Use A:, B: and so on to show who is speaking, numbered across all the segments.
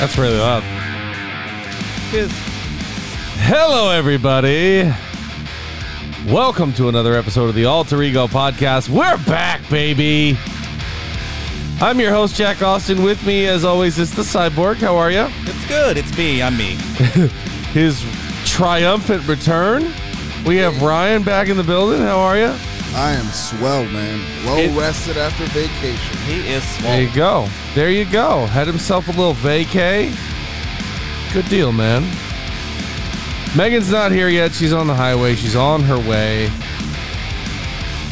A: That's really loud. Hello, everybody. Welcome to another episode of the Alter Ego Podcast. We're back, baby. I'm your host, Jack Austin. With me, as always, is the cyborg. How are you?
B: It's good. It's me. I'm me.
A: His triumphant return. We have Ryan back in the building. How are you?
C: I am swell, man. Well
A: It-
C: rested after vacation.
B: He is
A: There
B: swole.
A: you go. There you go. Had himself a little vacay. Good deal, man. Megan's not here yet. She's on the highway. She's on her way.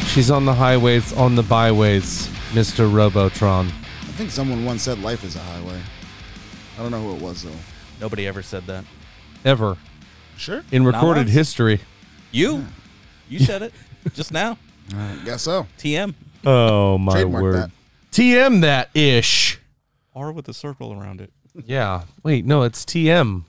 A: She's on the highways, on the byways, Mr. Robotron.
C: I think someone once said life is a highway. I don't know who it was though.
B: Nobody ever said that.
A: Ever.
C: Sure.
A: In recorded
B: once.
A: history.
B: You, you said it just now.
C: I guess so.
B: TM
A: Oh, my
C: Trademark
A: word.
C: that.
A: TM that ish.
B: R with a circle around it.
A: Yeah. Wait, no, it's TM.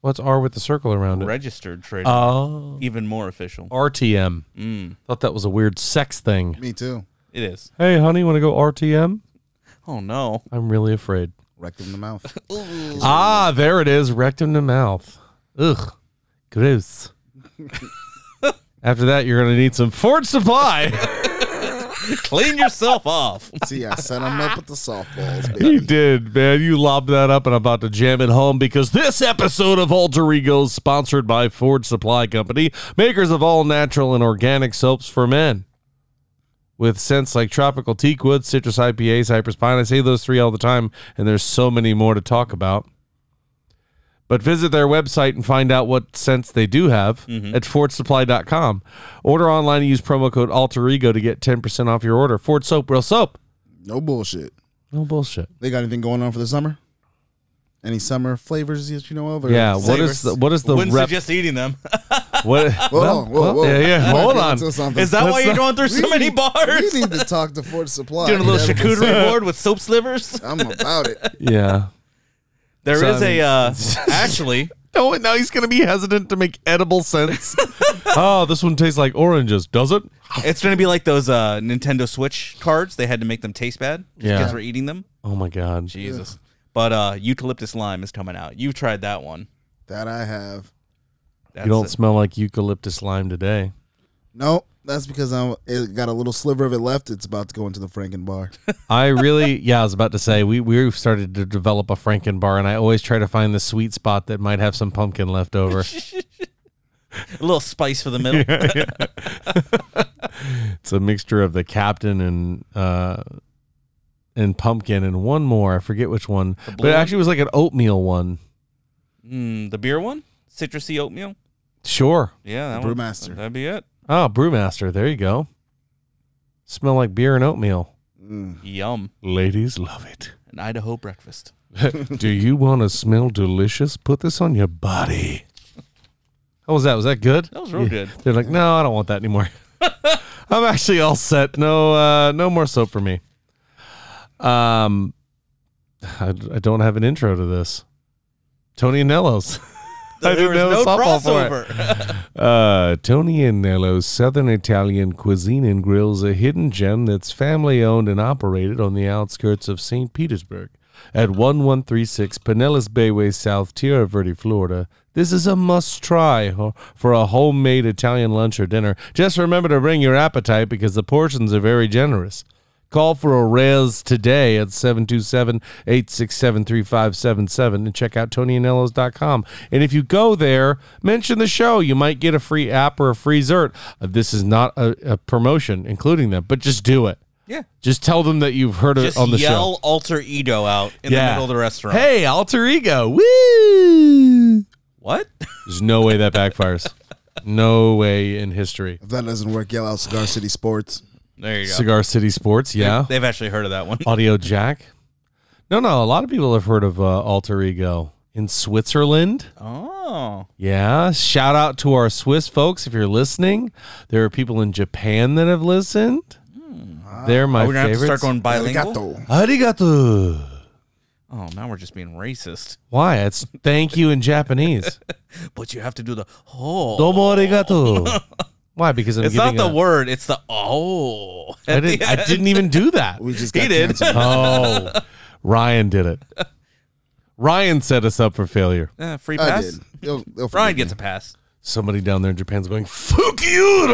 A: What's R with the circle around it?
B: Registered trade.
A: Oh.
B: Even more official.
A: RTM.
C: Mm.
A: Thought that was a weird sex thing.
C: Me too.
B: It is.
A: Hey, honey, want to go RTM?
B: Oh no.
A: I'm really afraid.
C: Rectum the mouth.
A: Ah, there it is, rectum to mouth. Ugh, gross. After that, you're going to need some Fort Supply.
B: Clean yourself off.
C: See, I set him up with the softballs,
A: you
C: baby.
A: did, man. You lobbed that up, and I'm about to jam it home because this episode of Alter Ego is sponsored by Ford Supply Company, makers of all natural and organic soaps for men. With scents like tropical teak wood, citrus IPA, cypress pine. I say those three all the time, and there's so many more to talk about. But visit their website and find out what scents they do have at FordSupply.com. Order online and use promo code AlterEgo to get 10% off your order. Ford Soap, real soap.
C: No bullshit.
A: No bullshit.
C: They got anything going on for the summer? Any summer flavors that you know of? or
A: Yeah, what
C: flavors?
A: is the what is the
B: Wouldn't
A: rep?
B: suggest eating them.
A: What?
C: Whoa,
A: well,
C: whoa,
A: well,
C: whoa.
A: Yeah, yeah.
C: You might
A: Hold
C: be
A: on.
C: onto something.
B: Is that
A: Let's
B: why you're
A: not-
B: going through so many bars?
C: We need to talk to Ford Supply.
B: Doing a little
C: That is-
B: charcuterie board with soap slivers.
C: I'm about it.
A: Yeah.
B: There is
A: So, um, I mean-
B: a uh, actually.
A: Oh, and now he's gonna be hesitant to make edible sense. oh, this one tastes like oranges, does it?
B: It's gonna be like those uh, Nintendo Switch cards. They had to make them taste bad.
A: Yeah.
B: Kids were eating them.
A: Oh my god.
B: Jesus. But uh, eucalyptus lime is coming out. You've tried that one.
C: That I have.
B: That's
A: You don't
B: it.
A: smell like eucalyptus lime today.
C: No, that's because I it got a little sliver of it left. It's about to go into the Franken bar.
A: I really, yeah, I was about to say we we started to develop a Franken bar, and I always try to find the sweet spot that might have some pumpkin left over.
B: a little spice for the middle.
A: it's a mixture of the captain and uh and pumpkin, and one more I forget which one, but
B: blue
A: it
B: one?
A: actually was like an oatmeal one.
B: Mm, the beer one, citrusy oatmeal.
A: Sure.
B: Yeah, that
C: The
B: one.
C: Brewmaster.
B: That'd be it.
A: Oh, brewmaster. There you go. Smell like beer and oatmeal.
C: Mm.
B: Yum.
A: Ladies love it.
B: An Idaho breakfast.
A: Do you want to smell delicious? Put this on your body. How was that? Was that good?
B: That was real good.
A: They're like, no, I don't want that anymore. I'm actually all set. No, uh, no more soap for me. Um, I, I don't have an intro to this. Tony and Nello's. I
B: there
A: didn't know
B: was no
A: softball for it.
B: crossover.
A: Uh, Tony and Nello's Southern Italian Cuisine and Grill's a hidden gem that's family owned and operated on the outskirts of St. Petersburg. At 1136 Pinellas Bayway South, Tierra Verde, Florida, this is a must try ho- for a homemade Italian lunch or dinner. Just remember to bring your appetite because the portions are very generous. Call for a res today at 727-867-3577 and check out tonyanellos.com. And if you go there, mention the show. You might get a free app or a free zert. Uh, This is not a, a promotion including them, but just do it.
B: yeah.
A: Just tell them that you've heard
B: Just
A: it on the
B: yell
A: show.
B: alter ego out in the middle of the restaurant.
A: Hey, alter ego. Woo!
B: What?
A: There's no way that backfires. No way in history.
C: If that doesn't work, yell out Cigar City Sports.
B: There you go.
A: Cigar City Sports, yeah.
B: They've actually heard of that one.
A: Audio Jack. No, no, a lot of people have heard of uh, Alter Ego in Switzerland.
B: Oh.
A: Yeah. Shout out to our Swiss folks if you're listening. There are people in Japan that have listened. They're my
B: Hmm, Are we going to have to
A: favorites.
B: start going bilingual?
C: Arigato.
A: Arigato.
B: Oh, now we're just being racist.
A: Why? It's thank you in Japanese.
B: But you have to do the oh.
A: Domo arigato. Why? Because I'm
B: It's
A: giving
B: not the
A: a-
B: word. It's the oh.
A: I didn't, I didn't even do that.
C: We just
B: He
C: got
B: did.
C: canceled.
A: Oh, Ryan did it. Ryan set us up for failure.
B: Eh, free
C: I
B: pass.
C: did. They'll- they'll
B: Brian
C: forgive
B: gets a
C: me.
B: pass.
A: Somebody down there in Japan's going, "Fuck you,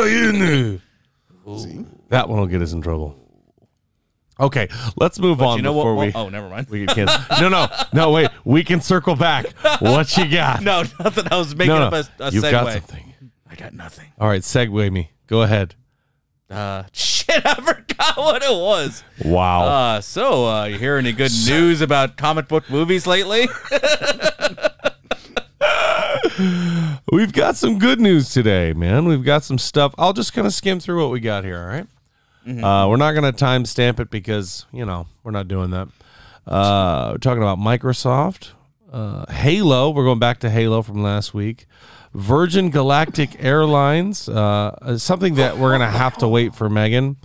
A: Ryan." That one will get us in trouble. Okay, let's move on
B: You know
A: before
B: what?
A: we
B: oh, never mind.
A: we get canceled. no, no, no. Wait, we can circle back. What you got?
B: no, nothing. I was making
A: no,
B: up
A: no.
B: a, a
A: You've
B: segue.
A: got something.
B: I got nothing.
A: All right, segue me. Go ahead.
B: Uh, shit, I forgot what it was.
A: Wow.
B: Uh, so, uh, you hear any good news about comic book movies lately?
A: We've got some good news today, man. We've got some stuff. I'll just kind of skim through what we got here. All right? Uh, we're not going to timestamp it because, you know, we're not doing that. Uh, we're talking about Microsoft, uh, Halo. We're going back to Halo from last week. Virgin Galactic Airlines, uh, is something that we're going to have to wait for Megan.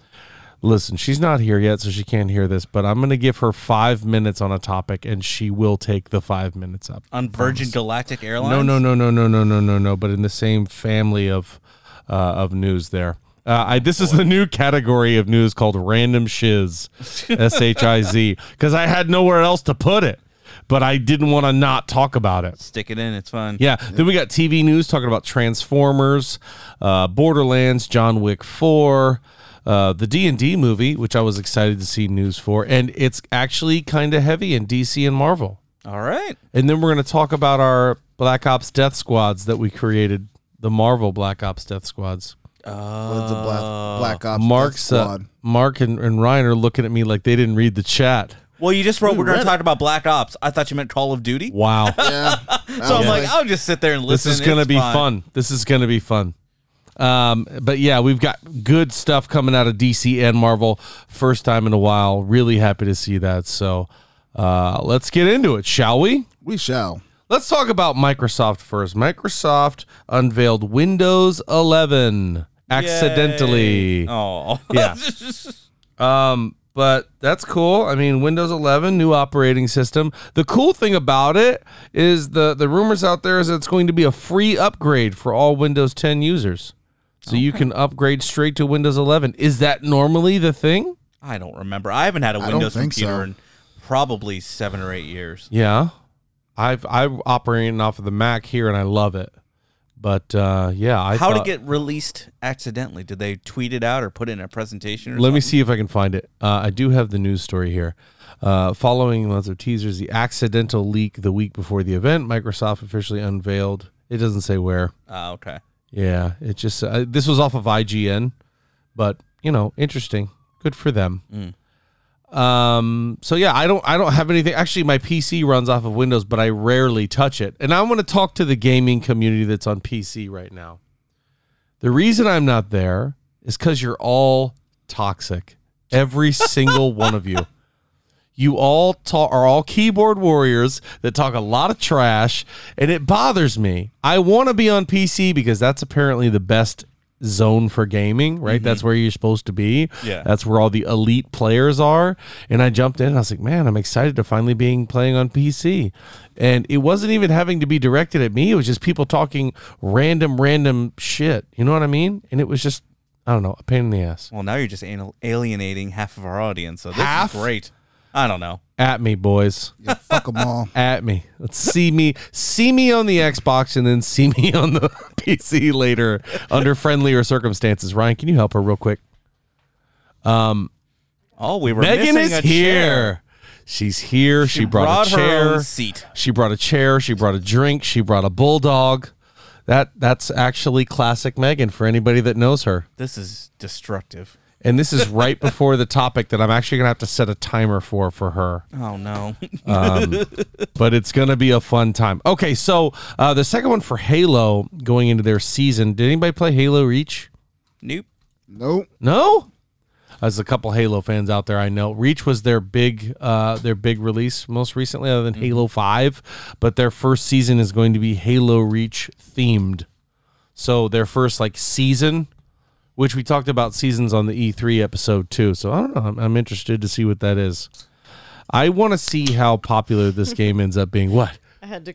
A: Listen, she's not here yet, so she can't hear this, but I'm going to give her five minutes on a topic and she will take the five minutes up.
B: On Virgin Galactic Airlines?
A: No, no, no, no, no, no, no, no, no. But in the same family of uh, of news, there. Uh, I, this is the new category of news called random shiz, S H I Z, because I had nowhere else to put it, but I didn't want to not talk about it.
B: Stick it in. It's fun.
A: Yeah. Then we got TV news talking about Transformers, uh, Borderlands, John Wick Four, uh, the D and D movie, which I was excited to see news for, and it's actually kind of heavy in DC and Marvel.
B: All right.
A: And then we're going to talk about our Black Ops Death Squads that we created, the Marvel Black Ops Death Squads.
C: Well, it's a
B: Uh,
C: black, black ops
A: Mark's uh,
C: squad.
A: Mark and, and Ryan are looking at me like they didn't read the chat.
B: Well, you just wrote we're going to talk about Black Ops. I thought you meant Call of Duty.
A: Wow.
C: yeah.
B: So I'm like, I'll just sit there and
A: this
B: listen.
A: is going to
B: It's
A: be
B: fine.
A: fun. This is going to be fun. Um, but yeah, we've got good stuff coming out of DC and Marvel. First time in a while. Really happy to see that. So uh, let's get into it, shall we?
C: we shall.
A: Let's talk about Microsoft first. Microsoft unveiled Windows 11 accidentally.
B: Oh.
A: Yeah. Um, but that's cool. I mean, Windows 11, new operating system. The cool thing about it is the the rumors out there is that it's going to be a free upgrade for all Windows 10 users. So you can upgrade straight to Windows 11. Is that normally the thing?
B: I don't remember. I haven't had a
C: don't
B: Windows
C: think
B: computer
C: so.
B: in probably seven or eight years.
A: Yeah. I've I'm operating off of the Mac here and I love it. But uh, yeah, I
B: How
A: thought,
B: did it get released accidentally? Did they tweet it out or put it in a presentation? Or
A: Let me see if I can find it. Uh, I do have the news story here. Uh, following months of teasers, the accidental leak the week before the event, Microsoft officially unveiled. It doesn't say where.
B: something? Ah, okay.
A: Yeah, it just uh, this was off of IGN, but you know, interesting. Good for them. Um. So yeah, I don't. I don't have anything. Actually, my PC runs off of Windows, but I rarely touch it. And I want to talk to the gaming community that's on PC right now. The reason I'm not there is because you're all toxic. Every single one of you. You all talk, are all keyboard warriors that talk a lot of trash, and it bothers me. I want to be on PC because that's apparently the best zone for gaming, right? That's where you're supposed to be.
B: Yeah.
A: That's where all the elite players are. And I jumped in and I was like, man, I'm excited to finally being playing on PC. And it wasn't even having to be directed at me. It was just people talking random, random shit. You know what I mean? And it was just, I don't know, a pain in the ass.
B: Well, now you're just anal- alienating half of our audience. So this
A: Half?
B: is great. I don't know.
A: At me, boys.
C: Yeah, fuck them all.
A: at me. Let's see me see me on the Xbox and then see me on the PC later under friendlier circumstances. Ryan, can you help her real quick?
B: Oh, we were
A: Megan
B: missing
A: is
B: a
A: here.
B: chair.
A: She's here. She, brought, a
B: brought her
A: chair.
B: own seat.
A: She brought a chair. She brought a drink. She brought a bulldog. That that's actually classic Megan for anybody that knows her.
B: This is destructive.
A: And this is right before the topic that I'm actually going to have to set a timer for for her.
B: Oh no.
A: but it's gonna be a fun time. Okay, so uh, the second one for Halo going into their season. Did anybody play Halo Reach?
B: nope.
C: Nope.
A: No. As a couple Halo fans out there, I know Reach was their big, uh, their big release most recently, other than Halo Five. But their first season is going to be Halo Reach themed. So their first like season, which we talked about seasons on the E3 episode too. So I don't know. I'm, I'm interested to see what that is. I want to see how popular this game ends up being. What?
D: I had to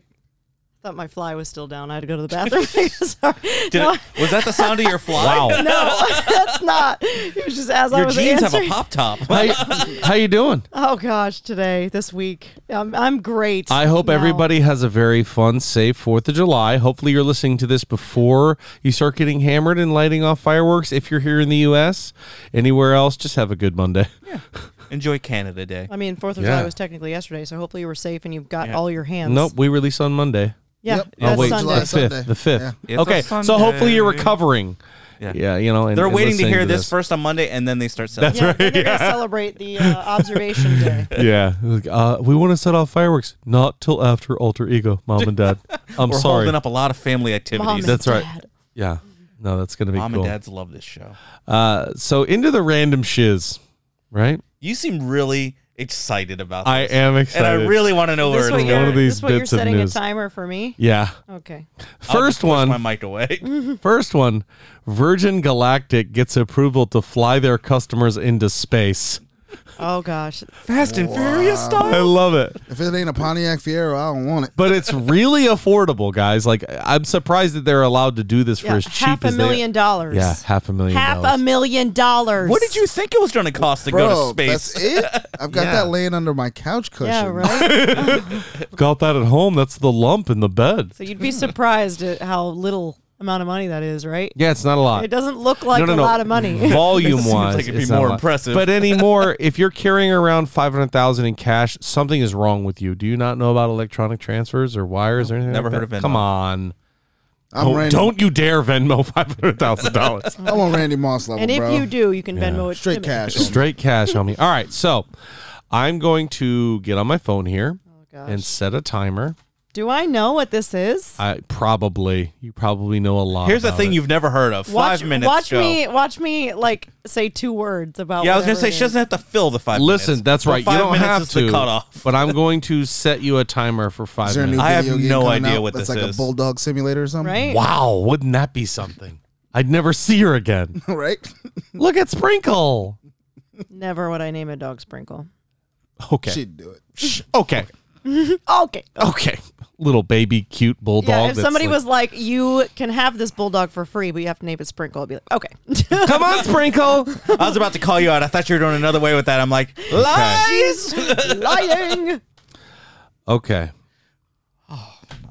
D: thought my fly was still down. I had to go to the bathroom. Sorry.
B: Did
D: no,
B: it, was that the sound of your fly?
A: Wow.
D: no, that's not. It was just as I
B: Your
D: was
B: jeans have
D: answering.
B: a pop top.
A: how, how you doing?
D: Oh gosh, today, this week, I'm, I'm great.
A: I hope
D: now.
A: everybody has a very fun, safe Fourth of July. Hopefully, you're listening to this before you start getting hammered and lighting off fireworks. If you're here in the U.S., anywhere else, just have a good Monday.
B: Enjoy Canada Day.
D: I mean, Fourth of
A: Yeah.
D: July was technically yesterday, so hopefully you were safe and you've got
B: Yeah.
D: all your hands.
A: Nope, we release on Monday.
D: Yeah.
C: Yep.
D: That's
A: oh wait,
D: Sunday.
C: July
A: the fifth.
C: Sunday.
A: The fifth.
C: Yeah.
B: It's a
A: Okay, so
B: Sunday.
A: hopefully you're recovering. Yeah,
B: Yeah.
A: you know, and,
B: They're
A: and
B: waiting to
A: listening
B: hear this first on Monday, and then they start selling.
D: yeah, then they're gonna celebrate the uh, observation day.
A: Yeah, Like, uh, we want to set off fireworks not till after alter ego, mom and dad. I'm
B: We're
A: sorry.
B: holding up a lot of family
D: Mom and
B: activities.
A: That's- right.
D: Dad.
A: Yeah, no, that's gonna be
B: Mom
A: cool.
B: and dads love this show.
A: Uh, so into the random shiz, right?
B: You seem really excited about this.
A: I am
B: and
A: excited.
B: I really want to know
D: This
B: where
D: what
B: it's
D: you're,
A: one
B: going.
A: of these
D: this what you're
A: bits of
D: setting
A: news.
D: a timer for me?
A: yeah.
D: Okay.
B: I'll just
A: First
B: push
A: one,
B: my mic away.
A: first one, Virgin Galactic gets approval to fly their customers into space.
D: Oh gosh.
B: Fast and Furious
A: I
B: style.
A: love it.
C: If it ain't a Pontiac Fiero, I don't want it.
A: But it's really affordable, guys. Like I'm surprised that they're allowed to do this for
D: Yeah,
A: as cheap
D: half a
A: as they
D: million dollars.
A: Yeah, half a million
D: Half
A: dollars.
D: a million dollars.
B: What did you think it was going to cost to go to
C: Bro,
B: space?
C: that's it. I've got
A: Yeah.
C: that laying under my couch cushion.
D: Yeah, right.
A: Got that at home. That's the lump in the bed.
D: so you'd be surprised at how little amount of money that is, right?
A: Yeah, it's not a lot.
D: It doesn't look like a lot of money.
A: Volume
B: It seems
A: wise,
B: like it'd be
A: it's not
B: more
A: a lot.
B: impressive.
A: But anymore, if you're carrying around five hundred thousand in cash, something is wrong with you. Do you not know about electronic transfers or wires or anything?
B: Never
A: like
B: heard
A: that?
B: of Venmo.
A: Come on,
C: I'm
A: don't,
C: Randy.
A: don't you dare Venmo five hundred thousand dollars.
C: I want Randy Moss level,
D: and if
C: bro.
D: you do, you can Venmo it. to
C: Straight
D: me.
C: cash.
A: Straight cash, homie. All right, so I'm going to get on my phone here
D: Oh, gosh.
A: and set a timer.
D: Do I know what this is?
A: I probably you probably know a lot.
B: Here's the
A: about
B: thing
A: it.
B: you've never heard of.
D: watch,
B: five minutes.
D: Watch
B: Joe.
D: me. Watch me. Like say two words about.
B: Yeah, I was gonna
D: whatever
B: say
D: it
B: she doesn't have to fill the five.
A: Listen,
B: minutes.
A: that's
B: The
A: right. You
B: Five
A: don't
B: minutes
A: have
B: is
A: to.
B: the cutoff.
A: But I'm going to set you a timer for five
C: Is there a new
A: minutes.
B: I have
C: video game
B: no
C: coming
B: idea
C: out
B: what
C: that's
B: this
C: like
B: is.
C: a bulldog simulator or something,
D: Right.
A: Wow, wouldn't that be something? I'd never see her again.
C: right?
A: Look at Sprinkle.
D: Never would I name a dog Sprinkle.
A: Okay.
C: She'd do it.
A: okay.
D: Okay.
A: Okay. Little baby cute bulldog.
D: Yeah, if
A: that's
D: somebody
A: like,
D: was like, "You can have this bulldog for free, but you have to name it Sprinkle," I'd be like, "Okay."
A: Come on, Sprinkle.
B: I was about to call you out. I thought you were doing another way with that. I'm like, lies.
D: lying.
A: Okay.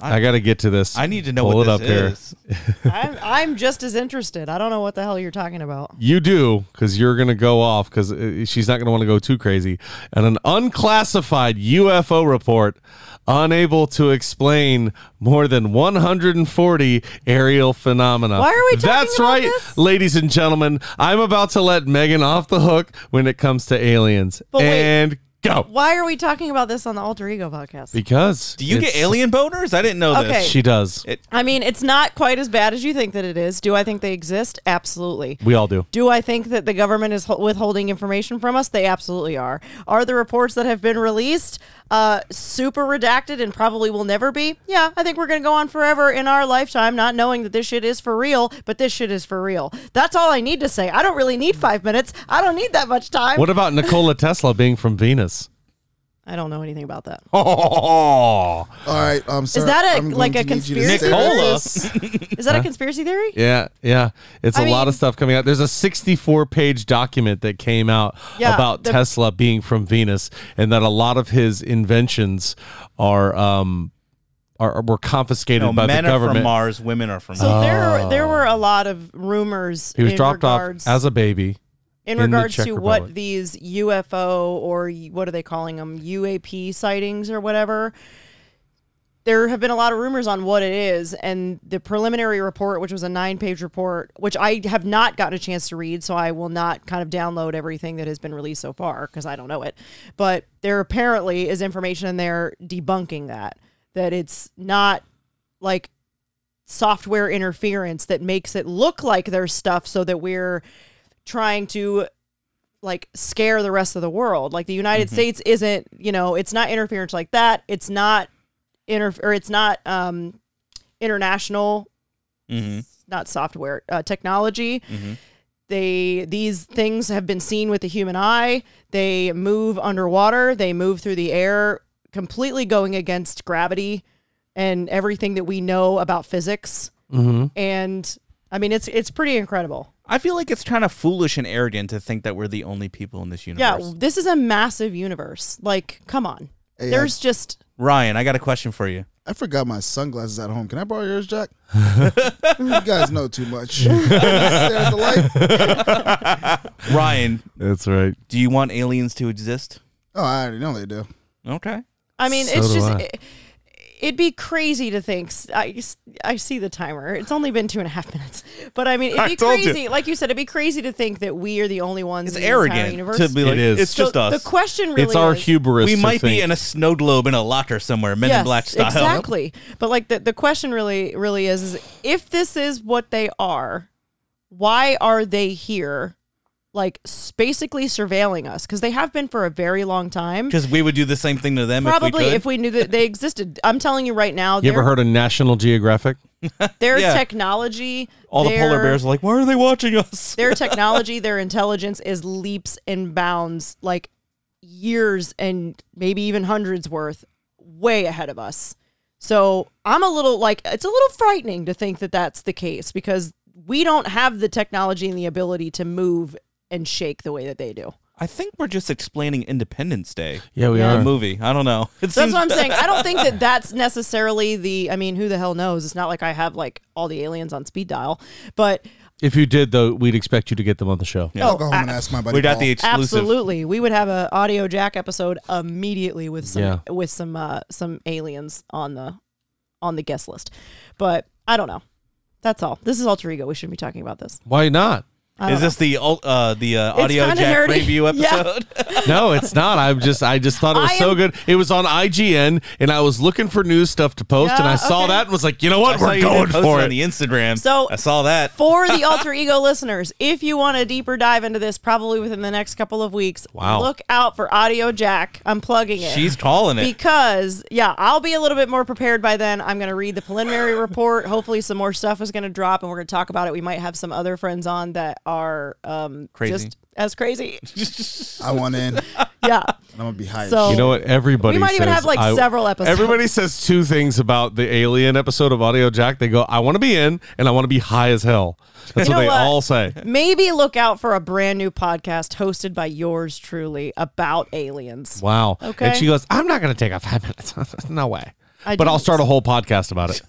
A: I, gotta get to this.
B: I need to know
A: Pull
B: what
A: it up
B: this
A: here.
B: is.
D: I'm, I'm just as interested. I don't know what the hell you're talking about.
A: You do, because you're gonna go off, because she's not gonna want to go too crazy. And an unclassified UFO report, unable to explain more than 140 aerial phenomena.
D: Why are we talking
A: That's
D: about
A: right,
D: this?
A: ladies and gentlemen. I'm about to let Megan off the hook when it comes to aliens.
D: But wait.
A: and go,
D: Why are we talking about this on the Alter Ego podcast?
A: because
B: Do you get
A: it's-
B: alien boners? I didn't know
D: Okay.
B: this.
A: She does.
B: It-
D: I mean, it's not quite as bad as you think that it is. Do I think they exist? Absolutely.
A: we all do.
D: Do I think that the government is ho- withholding information from us? They absolutely are. Are the reports that have been released uh, super redacted and probably will never be? Yeah, I think we're going to go on forever in our lifetime not knowing that this shit is for real, but this shit is for real. That's all I need to say. I don't really need five minutes. I don't need that much time.
A: What about Nikola Tesla being from Venus?
D: I don't know anything about that.
A: Oh,
C: All right, um, sir,
D: that a-
C: I'm going
D: like a
C: to need you to
D: conspiracy
C: stay-
D: theory?
B: Nicola.
D: Is that a conspiracy theory?
A: Yeah, yeah. It's a
D: I
A: lot
D: mean-
A: of stuff coming out. There's a 64 page document that came out
D: Yeah,
A: about
D: the-
A: Tesla being from Venus and that a lot of his inventions are um are were confiscated
B: No,
A: by the
B: men are
A: government.
B: from Mars. Women are from.
D: So
B: Mars.
D: there, there were a lot of rumors.
A: Oh. he was
D: in
A: dropped
D: regards,
A: off as a baby.
D: in
A: in the
D: regards
A: Czech
D: to
A: Republic.
D: what these UFO or y- what are they calling them UAP sightings or whatever there have been a lot of rumors on what it is, and the preliminary report, which was a nine-page report, which I have not gotten a chance to read, so I will not kind of download everything that has been released so far because I don't know it. But there apparently is information in there debunking that that it's not like software interference that makes it look like there's stuff so that we're trying to like scare the rest of the world. Like the United States isn't, you know, it's not interference like that. It's not inter or it's not um international it's not software, uh, technology. They these things have been seen with the human eye. They move underwater, they move through the air completely going against gravity and everything that we know about physics. And I mean it's it's pretty incredible.
B: I feel like it's kind of foolish and arrogant to think that we're the only people in this
D: Yeah,
B: universe.
D: this is a massive universe. Like, come on.
C: Hey,
D: There's just
B: Ryan, I got a question for you.
C: I forgot my sunglasses at home. Can I borrow yours, Jack? you guys know too much. Stare at the light.
B: Ryan,
A: That's right.
B: do you want aliens to exist?
C: Oh, I already know they do.
B: Okay.
D: I mean,
A: So
D: it's
A: do
D: just
A: I.
D: it, would be crazy to think. s- I, s- I see the timer. It's only been two and a half minutes, but I mean, it'd
B: I
D: be
B: told you.
D: crazy. Like you said, it'd be crazy to think that we are the only ones.
B: It's
D: in the entire
B: arrogant
D: universe.
B: to be like,
A: is.
B: it's
D: So
B: just us.
D: The question really
A: It's our
D: is,
A: hubris.
B: we
A: to
B: might be
A: think.
B: in a snow globe in a locker somewhere, Men in
D: Yes,
B: Black style.
D: Exactly. But like the, the question really really is is if this is what they are, why are they here? Like s- basically surveilling us because they have been for a very long time.
B: Because we would do the same thing to them
D: Probably
B: if
D: if we knew that they existed. I'm telling you right now,
A: You
D: their,
A: ever heard of National Geographic?
D: their
B: Yeah.
D: technology,
B: All the
D: their,
B: polar bears are like, why are they watching us?
D: their technology, their intelligence is leaps and bounds, like years and maybe even hundreds worth, way ahead of us. So I'm a little like, it's a little frightening to think that that's the case because we don't have the technology and the ability to move and shake the way that they do.
B: I think we're just explaining Independence Day.
A: Yeah, we
B: The
A: are.
B: movie. I don't know. It
D: That's
B: seems-
D: what I'm saying. I don't think that that's necessarily the. I mean, who the hell knows? It's not like I have like all the aliens on speed dial, but
A: If you did, though, we'd expect you to get them on the show.
C: I'll go
D: oh,
C: home and ask my buddy.
B: we got the
C: Paul.
B: exclusive.
D: absolutely, we would have a audio jack episode immediately with some
A: Yeah.
D: with some uh, some aliens on the on the guest list. But I don't know. That's all. This is alter ego. We shouldn't be talking about this.
A: Why not?
D: I don't
B: Is this the ul- uh, the uh,
D: It's
B: audio
D: kinda
B: jack
D: nerdy.
B: review
D: Yeah.
B: episode?
A: No, it's not. I'm just I just thought it was
D: I
A: so
D: am-
A: good. It was on IGN and I was looking for news stuff to post and
D: Yeah,
A: I saw
D: okay.
A: that and was like, you know
B: I
A: what?
B: saw
A: We're
B: you did
A: going
B: post
A: for
B: on
A: it.
B: the Instagram.
D: So-
B: I saw that.
D: for the alter ego listeners, if you want a deeper dive into this, probably within the next couple of weeks,
A: Wow.
D: look out for Audio Jack. I'm plugging it.
B: She's calling it.
D: because yeah i'll be a little bit more prepared by then i'm going to read the preliminary report hopefully some more stuff is going to drop and we're going to talk about it we might have some other friends on that are um
B: Crazy.
D: just as crazy
C: I want in. And
D: yeah
C: I'm gonna be high. as
D: So-
C: shit.
A: You know what? Everybody
D: We might even
A: says-
D: have, like,
A: I-
D: several episodes.
A: Everybody says two things about the alien episode of Audio Jack. They go, I want to be in and I want to be high as hell. That's
D: You know
A: what they
D: what?
A: all say.
D: maybe look out for a brand new podcast hosted by yours truly about aliens
A: Wow.
D: Okay.
A: And she goes, I'm not gonna take off five minutes. no way.
D: I
A: but I'll
D: didn't.
A: start a whole podcast about it.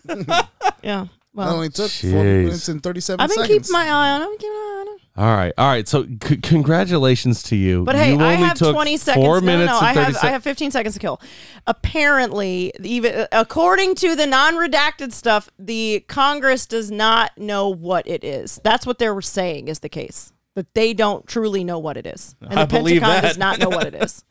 D: yeah
C: That
D: well
C: only took four
A: Jeez.
C: minutes and thirty-seven
D: uh, i've been
C: seconds.
D: keeping my eye on it. I've been keeping my eye on it.
A: All right, all right. So, c- congratulations to you.
D: But hey,
A: you
D: I
A: only
D: have
A: took
D: 20 seconds.
A: Four
D: no,
A: minutes
D: no, no.
A: and
D: I
A: thirty
D: have
A: sec-
D: I have 15 seconds to kill. Apparently, even uh, according to the non-redacted stuff, the Congress does not know what it is. That's what they were saying is the case. That they don't truly know what it is. And
B: I
D: the
B: believe
D: Pentagon
B: that.
D: does not know what it is.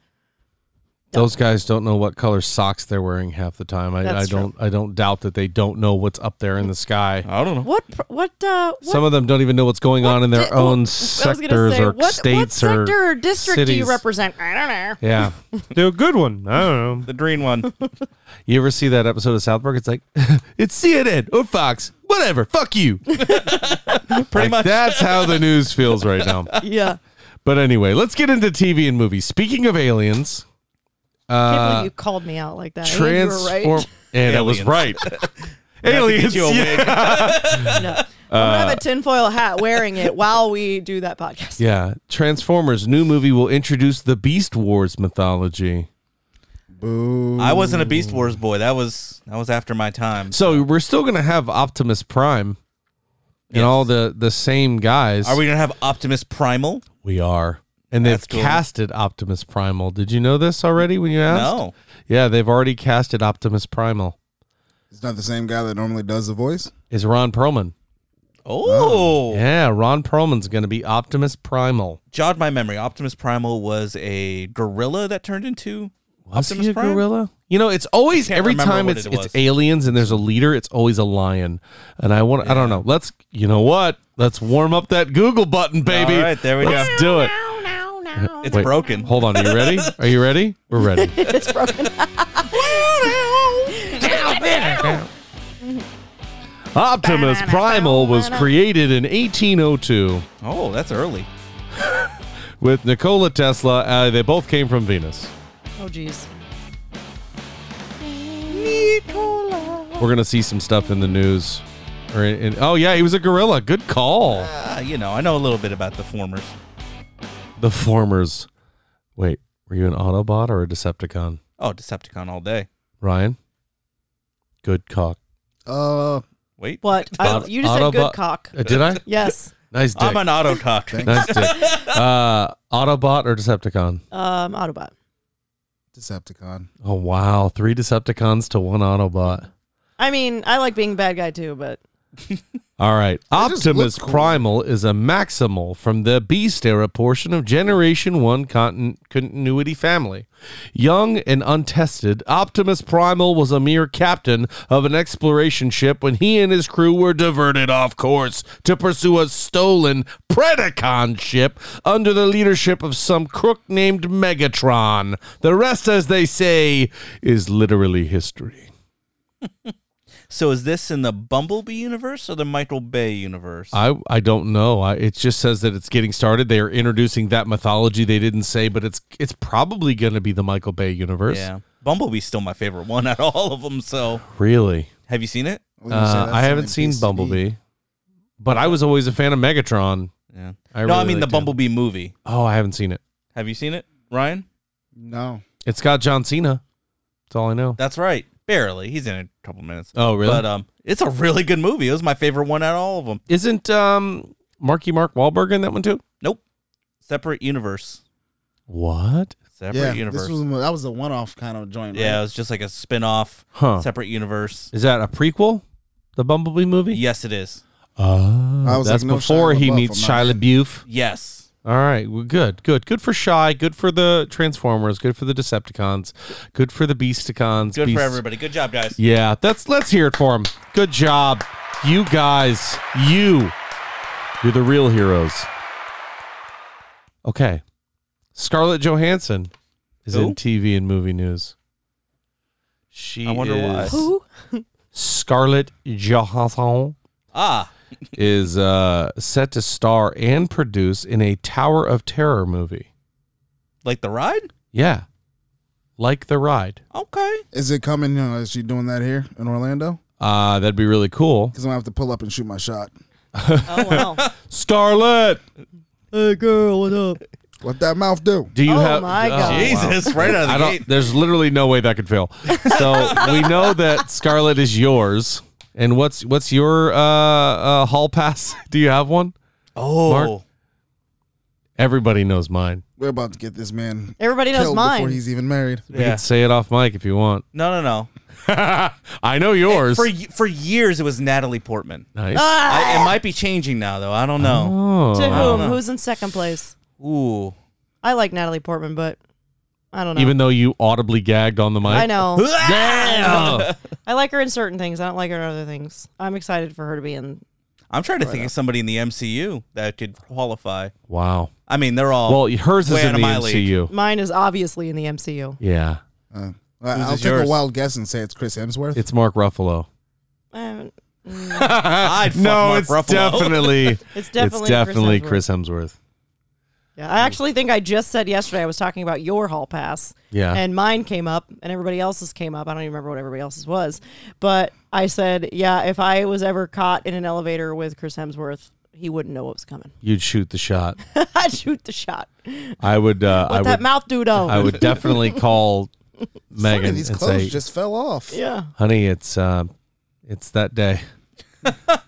A: Those guys don't know what color socks they're wearing half the time. I, I
D: That's true.
A: don't. I don't doubt that they don't know what's up there in the sky.
B: I don't know.
D: What pr- what uh what
A: Some of them don't even know what's going on in their
D: di- what-
A: own
D: I was gonna
A: sectors
D: say,
A: or
D: what, what
A: states
D: sector or,
A: or
D: district do you
A: cities.
D: represent? I don't know.
A: Yeah, do a good one. I don't know.
B: The green one.
A: You ever see that episode of South Park? It's like it's CNN or Fox, whatever. Fuck you. Pretty
B: much.
A: That's how the news feels right now.
D: Yeah.
A: But anyway, let's get into TV and movies. Speaking of aliens,
D: I can't believe you called me out like that. I knew you were right.
A: Uh, transform. And I was
B: Aliens.
A: right. Aliens.
B: Aliens. You a
A: Yeah.
B: wig.
D: No. I'm gonna have a tinfoil hat wearing it while we do that podcast.
A: Yeah, Transformers new movie will introduce the Beast Wars mythology.
B: I wasn't a Beast Wars boy. That was that was after my time.
A: So we're still gonna have Optimus Prime and
B: Yes.
A: all the the same guys.
B: Are we gonna have Optimus Primal?
A: We are. And they've
B: That's cool.
A: casted Optimus Primal. Did you know this already when you asked?
B: No.
A: Yeah, they've already casted Optimus Primal.
C: It's not the same guy that normally does the voice.
A: is Ron Perlman.
B: Oh,
A: Yeah, Ron Perlman's going to be Optimus Primal.
B: jogged my memory. Optimus Primal was a gorilla that turned into
A: Was
B: Optimus
A: he a
B: Prime?
A: gorilla? You know, it's always
B: Can't
A: every
B: remember
A: time
B: what
A: it's
B: it
A: it's
B: was.
A: aliens and there's a leader, it's always a lion. And I want I don't know. Let's you know what? Let's warm up that Google button, baby.
B: All right, there we
A: Let's
B: go.
A: do it.
D: Now, now, now.
B: It's broken.
A: Hold on, are you ready? Are you ready? We're ready.
D: It's broken.
A: Optimus Primal was created in 1802
B: Oh, that's early.
A: with Nikola Tesla. Uh, they both came from Venus.
D: oh, geez.
A: We're gonna see some stuff in the news. Or in, in- oh yeah, he was a gorilla. Good call.
B: Ah, you know, I know a little bit about the formers.
A: The formers. Wait, were you an Autobot or a Decepticon,
B: Oh, Decepticon all day.
A: Ryan? Good cock.
C: Uh,
B: Wait,
D: What? I,
A: Auto-
D: you just said
A: Autobot-
D: good cock.
A: Uh, did I?
D: Yes.
A: Nice dick.
B: I'm an auto cock.
A: nice dick. Uh, Autobot or Decepticon?
D: Um, Autobot.
C: Decepticon.
A: Oh wow, three Decepticons to one Autobot.
D: I mean, I like being a bad guy too, but
A: All right.
C: just look
A: Optimus
C: cool.
A: Primal is a maximal from the Beast era portion of Generation 1 contin- continuity family. Young and untested, Optimus Primal was a mere captain of an exploration ship when he and his crew were diverted off course to pursue a stolen Predacon ship under the leadership of some crook named Megatron. The rest, as they say, is literally history.
B: So is this in the Bumblebee universe or the Michael Bay universe?
A: I, I don't know. I, it just says that it's getting started. They are introducing that mythology they didn't say, but it's it's probably going to be the Michael Bay universe.
B: yeah, Bumblebee's still my favorite one out of all of them. So
A: Really?
B: have you seen it?
C: I was gonna say
A: Uh,
C: that's
A: I haven't seen
C: something PCB.
A: Bumblebee, but I was always a fan of Megatron.
B: Yeah.
A: I
B: no,
A: really
B: I mean the
A: liked him.
B: Bumblebee movie.
A: Oh, I haven't seen it.
B: Have you seen it, Ryan?
C: No.
A: It's got John Cena. That's all I know.
B: That's right. Barely. He's in a couple minutes.
A: Oh, really?
B: But um, it's a really good movie. It was my favorite one out of all of them.
A: Isn't um Marky Mark Wahlberg in that one too?
B: Nope. Separate universe.
A: What?
B: Separate
C: Yeah,
B: universe.
C: this was that was a one-off kind of joint.
B: yeah, it
C: right?
B: was just like a spin off,
A: Huh?
B: separate universe.
A: Is that a prequel? The Bumblebee movie?
B: Yes, it is.
A: Oh,
C: I was
A: that's
C: like, no
A: before
C: Shia
A: he
C: LaBeouf,
A: meets
C: I'm not
A: Shia LaBeouf.
B: Yes.
A: All right, well, good, good, good for Shy, good for the Transformers, good for the Decepticons, good for the Beasticons.
B: Good
A: Beast-
B: for everybody. Good job, guys.
A: Yeah, that's let's hear it for them. Good job, you guys. You, you're the real heroes. Okay, Scarlett Johansson is
B: Who?
A: in TV and movie news. She
B: I wonder why.
A: is-
D: who?
A: Scarlett Johansson
B: Ah,
A: is uh, set to star and produce in a Tower of Terror movie.
B: like the ride?
A: Yeah, like the ride.
B: Okay.
C: Is it coming? You know, is she doing that here in Orlando?
A: Uh, that'd be really cool.
C: Because I'm gonna have to pull up and shoot my shot.
D: Oh wow.
A: Scarlett,
D: hey girl, what up?
C: What that mouth do?
A: do you
D: Oh
A: have?
D: my God.
B: Jesus, right out
A: I
B: of the gate.
A: don't. There's literally no way that could fail. So we know that Scarlett is yours. And what's what's your uh, uh, hall pass? Do you have one?
B: Oh,
A: Mark? Everybody knows mine.
C: We're about to get this man
D: Everybody knows
C: killed
D: mine.
C: before he's even married.
A: We
B: Yeah.
A: can say it off mic if you want.
B: no, no, no.
A: I know yours.
B: For y- for years, it was Natalie Portman.
A: nice.
D: Ah,
B: I, it might be changing now, though. I don't know.
A: oh.
D: to whom?
B: know.
D: Who's in second place?
A: Ah.
B: Ooh.
D: I like Natalie Portman, but I don't know.
A: Even though you audibly gagged on the mic.
D: I know.
A: Damn.
D: I like her in certain things. I don't like her in other things. I'm excited for her to be in.
B: I'm trying to think of somebody in the MCU that could qualify.
A: wow.
B: I mean, they're all.
A: Well, hers is
B: way
A: in
B: out
A: the
B: of my league.
A: MCU.
D: Mine is obviously in the MCU.
A: Yeah.
C: Uh, I-
B: Whose
C: I'll
B: is
C: take
B: yours?
C: a wild guess and say it's Chris Hemsworth.
A: It's Mark Ruffalo.
D: Um,
B: I'd fuck
A: no,
B: Mark
A: it's
B: Ruffalo.
A: definitely
D: it's definitely
A: it's definitely
D: Chris. Hemsworth.
A: Chris Hemsworth.
D: Yeah, I actually think I just said yesterday I was talking about your hall pass.
A: Yeah.
D: And mine came up and everybody else's came up. I don't even remember what everybody else's was. But I said, yeah, if I was ever caught in an elevator with Chris Hemsworth, he wouldn't know what was coming.
A: You'd shoot the shot.
D: I'd shoot the shot. What
A: I would. Uh, I
D: that
A: would.
D: mouth dude on.
A: I would definitely call
C: Look at
A: Megan
C: these
A: and
C: clothes
A: say,
C: just fell off.
D: Yeah.
A: "Honey, it's um, it's that day.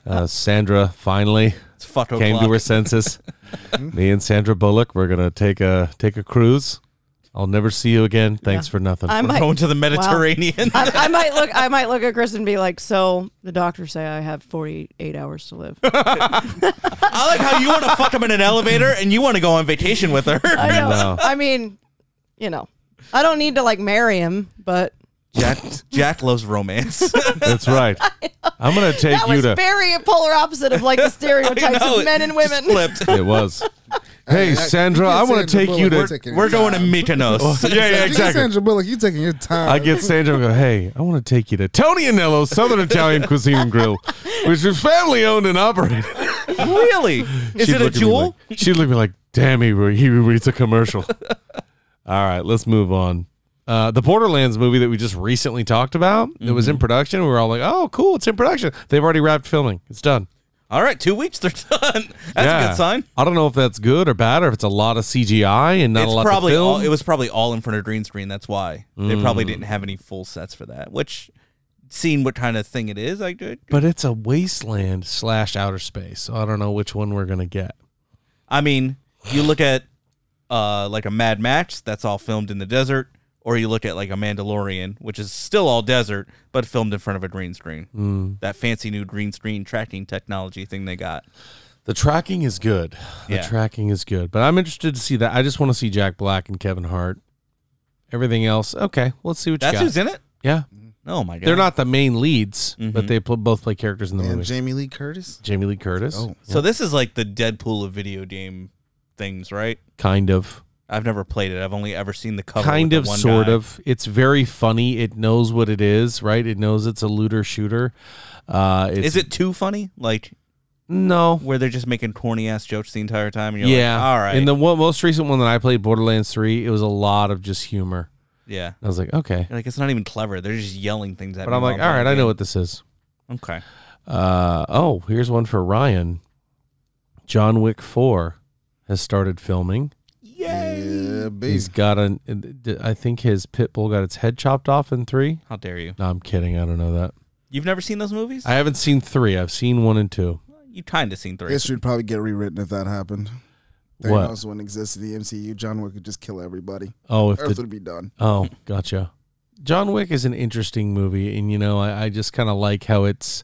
A: Uh, Sandra finally
B: It's fuck
A: came
B: o'clock.
A: to her senses. Me and Sandra Bullock, we're gonna take a take a cruise. I'll never see you again. Thanks for nothing.
D: I might,
B: Going to the Mediterranean.
D: I, I might look. I might look at Chris and be like, "So the doctors say I have 48 hours to live."
B: I like how you want to fuck him in an elevator and you want to go on vacation with her.
D: I know.
A: No.
D: I mean, you know, I don't need to like marry him, but
B: Jack Jack loves romance.
A: That's right. I'm gonna take
D: that
A: you
D: was
A: to.
D: very polar opposite of like the stereotypes
B: No,
D: of men and
B: just
D: women.
B: flipped.
A: It was. Hey,
C: You
A: Sandra, I
C: can't
A: want
C: Sandra
A: to take you
C: Bullock,
A: to.
C: you're taking
B: We're
C: your
B: going to
C: time.
B: Mykonos.
A: Yeah, yeah,
C: You,
A: exactly.
C: Sandra Bullock, you taking your time.
A: I
B: Um,
A: get Sandra and go, hey, I want to take you to Tony Anello's Southern Italian Cuisine and Grill, which is family owned and operated.
B: really? Is
A: She'd
B: it a
A: look at me
B: jewel?
A: like- she'd look at me like, damn, he, re- he reads a commercial. All right, let's move on. Uh, the Borderlands movie that we just recently talked about, it was
B: Mm-hmm.
A: in production. We were all like, oh, cool, it's in production. They've already wrapped filming, it's done.
B: All right, two weeks they're done. That's a
A: Yeah.
B: good sign.
A: I don't know if that's good or bad or if it's a lot of CGI and not
B: it's
A: a lot
B: probably
A: of film. Mm.
B: all, it was probably all in front of green screen. That's why they probably didn't have any full sets for that. Which, seeing what kind of thing it is, I did.
A: but it's a wasteland slash outer space. So I don't know which one we're going to get.
B: I mean, you look at uh, like a Mad Max that's all filmed in the desert, or you look at like a Mandalorian, which is still all desert but filmed in front of a green screen.
A: Hmm.
B: That fancy new green screen tracking technology thing they got.
A: The tracking is good. The
B: Yeah.
A: tracking is good. But I'm interested to see that. I just want to see Jack Black and Kevin Hart. Everything else, okay. Let's see what
B: That's
A: you got.
B: who's in it.
A: yeah.
B: Oh my god,
A: They're not the main leads,
B: Mm-hmm.
A: but they pl- both play characters in the
C: and
A: movie.
C: Jamie Lee Curtis.
A: Jamie Lee Curtis,
C: Oh.
B: So this is like the Deadpool of video game things, right?
A: kind of,
B: I've never played it. I've only ever seen the cover. with
A: kind
B: the
A: of,
B: one
A: sort
B: guy.
A: of. It's very funny. It knows what it is, right? It knows it's a looter shooter. Uh, it's,
B: Is it too funny? Like
A: no?
B: where they're just making corny ass jokes the entire time? And you're
A: Yeah,
B: Like, All right.
A: In the one, most recent one that I played, Borderlands Three, it was a lot of just humor.
B: yeah.
A: I was like, okay,
B: You're like it's not even clever. They're just yelling things at
A: but
B: me.
A: I'm like, all right, I know what this is.
B: Okay.
A: Uh, oh, here's one for Ryan. John Wick 4 has started filming.
C: Yeah, baby.
A: He's got an, I think his pit bull got its head chopped off in three.
B: How dare you?
A: No, I'm kidding. I don't know that.
B: You've never seen those movies?
A: I haven't seen three. I've seen one and two.
B: you kind of seen three.
C: History would probably get rewritten if that happened.
A: What?
C: Thanos wouldn't exist in the MCU. John Wick would just kill everybody.
A: Oh, if
C: Earth
A: the,
C: would be done.
A: oh, gotcha. John Wick is an interesting movie, and you know, I, I just kind of like how it's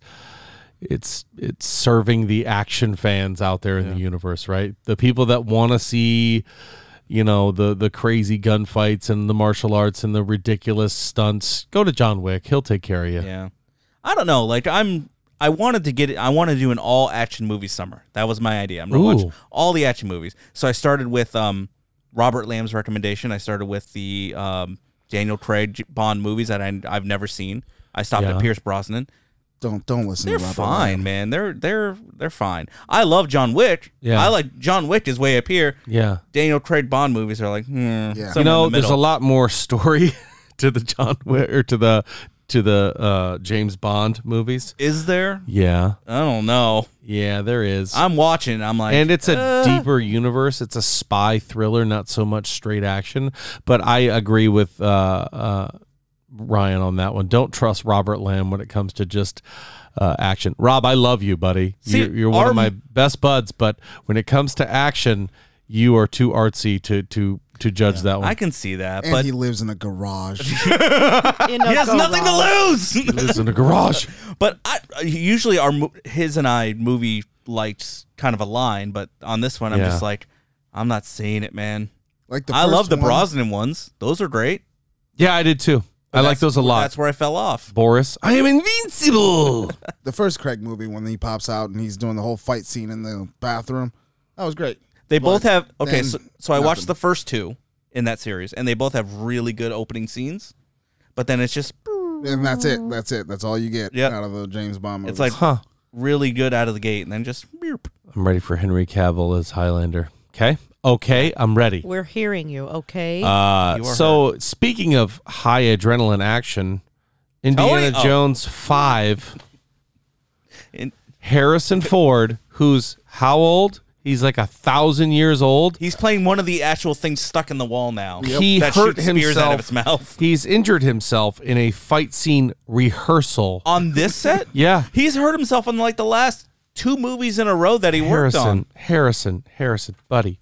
A: it's it's serving the action fans out there in the universe, right? The people that want to see you know the the crazy gunfights and the martial arts and the ridiculous stunts. Go to John Wick; he'll take care of you.
B: Yeah. I don't know. Like I'm I wanted to get it I wanted to do an all action movie summer. That was my idea. I'm gonna
A: Ooh.
B: watch all the action movies. So I started with um Robert Lamb's recommendation. I started with the um Daniel Craig J- Bond movies that I, I've never seen. I stopped
A: Yeah.
B: at Pierce Brosnan.
C: Don't don't listen.
B: They're
C: to Robert
B: fine,
C: Ryan.
B: man. They're they're they're fine. I love John Wick.
A: Yeah.
B: I like John Wick is way up here.
A: Yeah,
B: Daniel Craig Bond movies are like, hmm. somewhere
C: Yeah.
A: you
B: in
A: know,
B: the
A: there's a
B: middle.
A: lot more story to the John Wick or to the to the uh, James Bond movies.
B: Is there?
A: Yeah,
B: I don't know.
A: yeah, there is.
B: I'm watching. I'm like,
A: and it's a
B: uh,
A: deeper universe. It's a spy thriller, not so much straight action. But I agree with uh, uh, Ryan on that one. Don't trust Robert Lamb when it comes to just uh, action. Rob, I love you, buddy.
B: See,
A: you're you're one
B: our-
A: of my best buds, but when it comes to action, you are too artsy to to to judge that one.
B: I can see that,
C: And
B: but
C: he lives in a garage.
D: You know,
B: he has
D: so
B: nothing
D: wrong.
B: to lose.
A: Lives in a garage.
B: but I usually our mo- his and I movie likes kind of align, but on this one I'm
A: Yeah.
B: just like, I'm not seeing it, man.
C: Like the
B: I
C: first
B: love the
C: one,
B: Brosnan ones; those are great.
A: Yeah, I did too. I like
B: That's-
A: those a lot.
B: That's where I fell off.
A: Boris, I am invincible.
C: The first Craig movie when he pops out and he's doing the whole fight scene in the bathroom. That was great.
B: They both have okay.
C: then
B: So, so I
C: nothing.
B: watched the first two in that series, and they both have really good opening scenes. But then it's just
C: And that's it. That's it. That's all you get
B: Yep.
C: out of the James Bond movies.
B: it's like
A: huh.
B: really good out of the gate, and then just meerp.
A: I'm ready for Henry Cavill as Highlander. Okay. Okay, I'm ready.
D: We're hearing you, okay?
A: Uh,
B: You are
A: so speaking of high adrenaline action, Indiana
B: Tony- oh.
A: Jones five,
B: And
A: Harrison Ford, who's how old? He's like a thousand years old.
B: he's playing one of the actual things stuck in the wall now.
A: He
B: that
A: hurt
B: shoots spears out
A: himself.
B: of its mouth.
A: He's injured himself in a fight scene rehearsal.
B: on this set?
A: Yeah.
B: He's hurt himself on like the last two movies in a row that he worked
A: Harrison,
B: on.
A: Harrison, Harrison, buddy.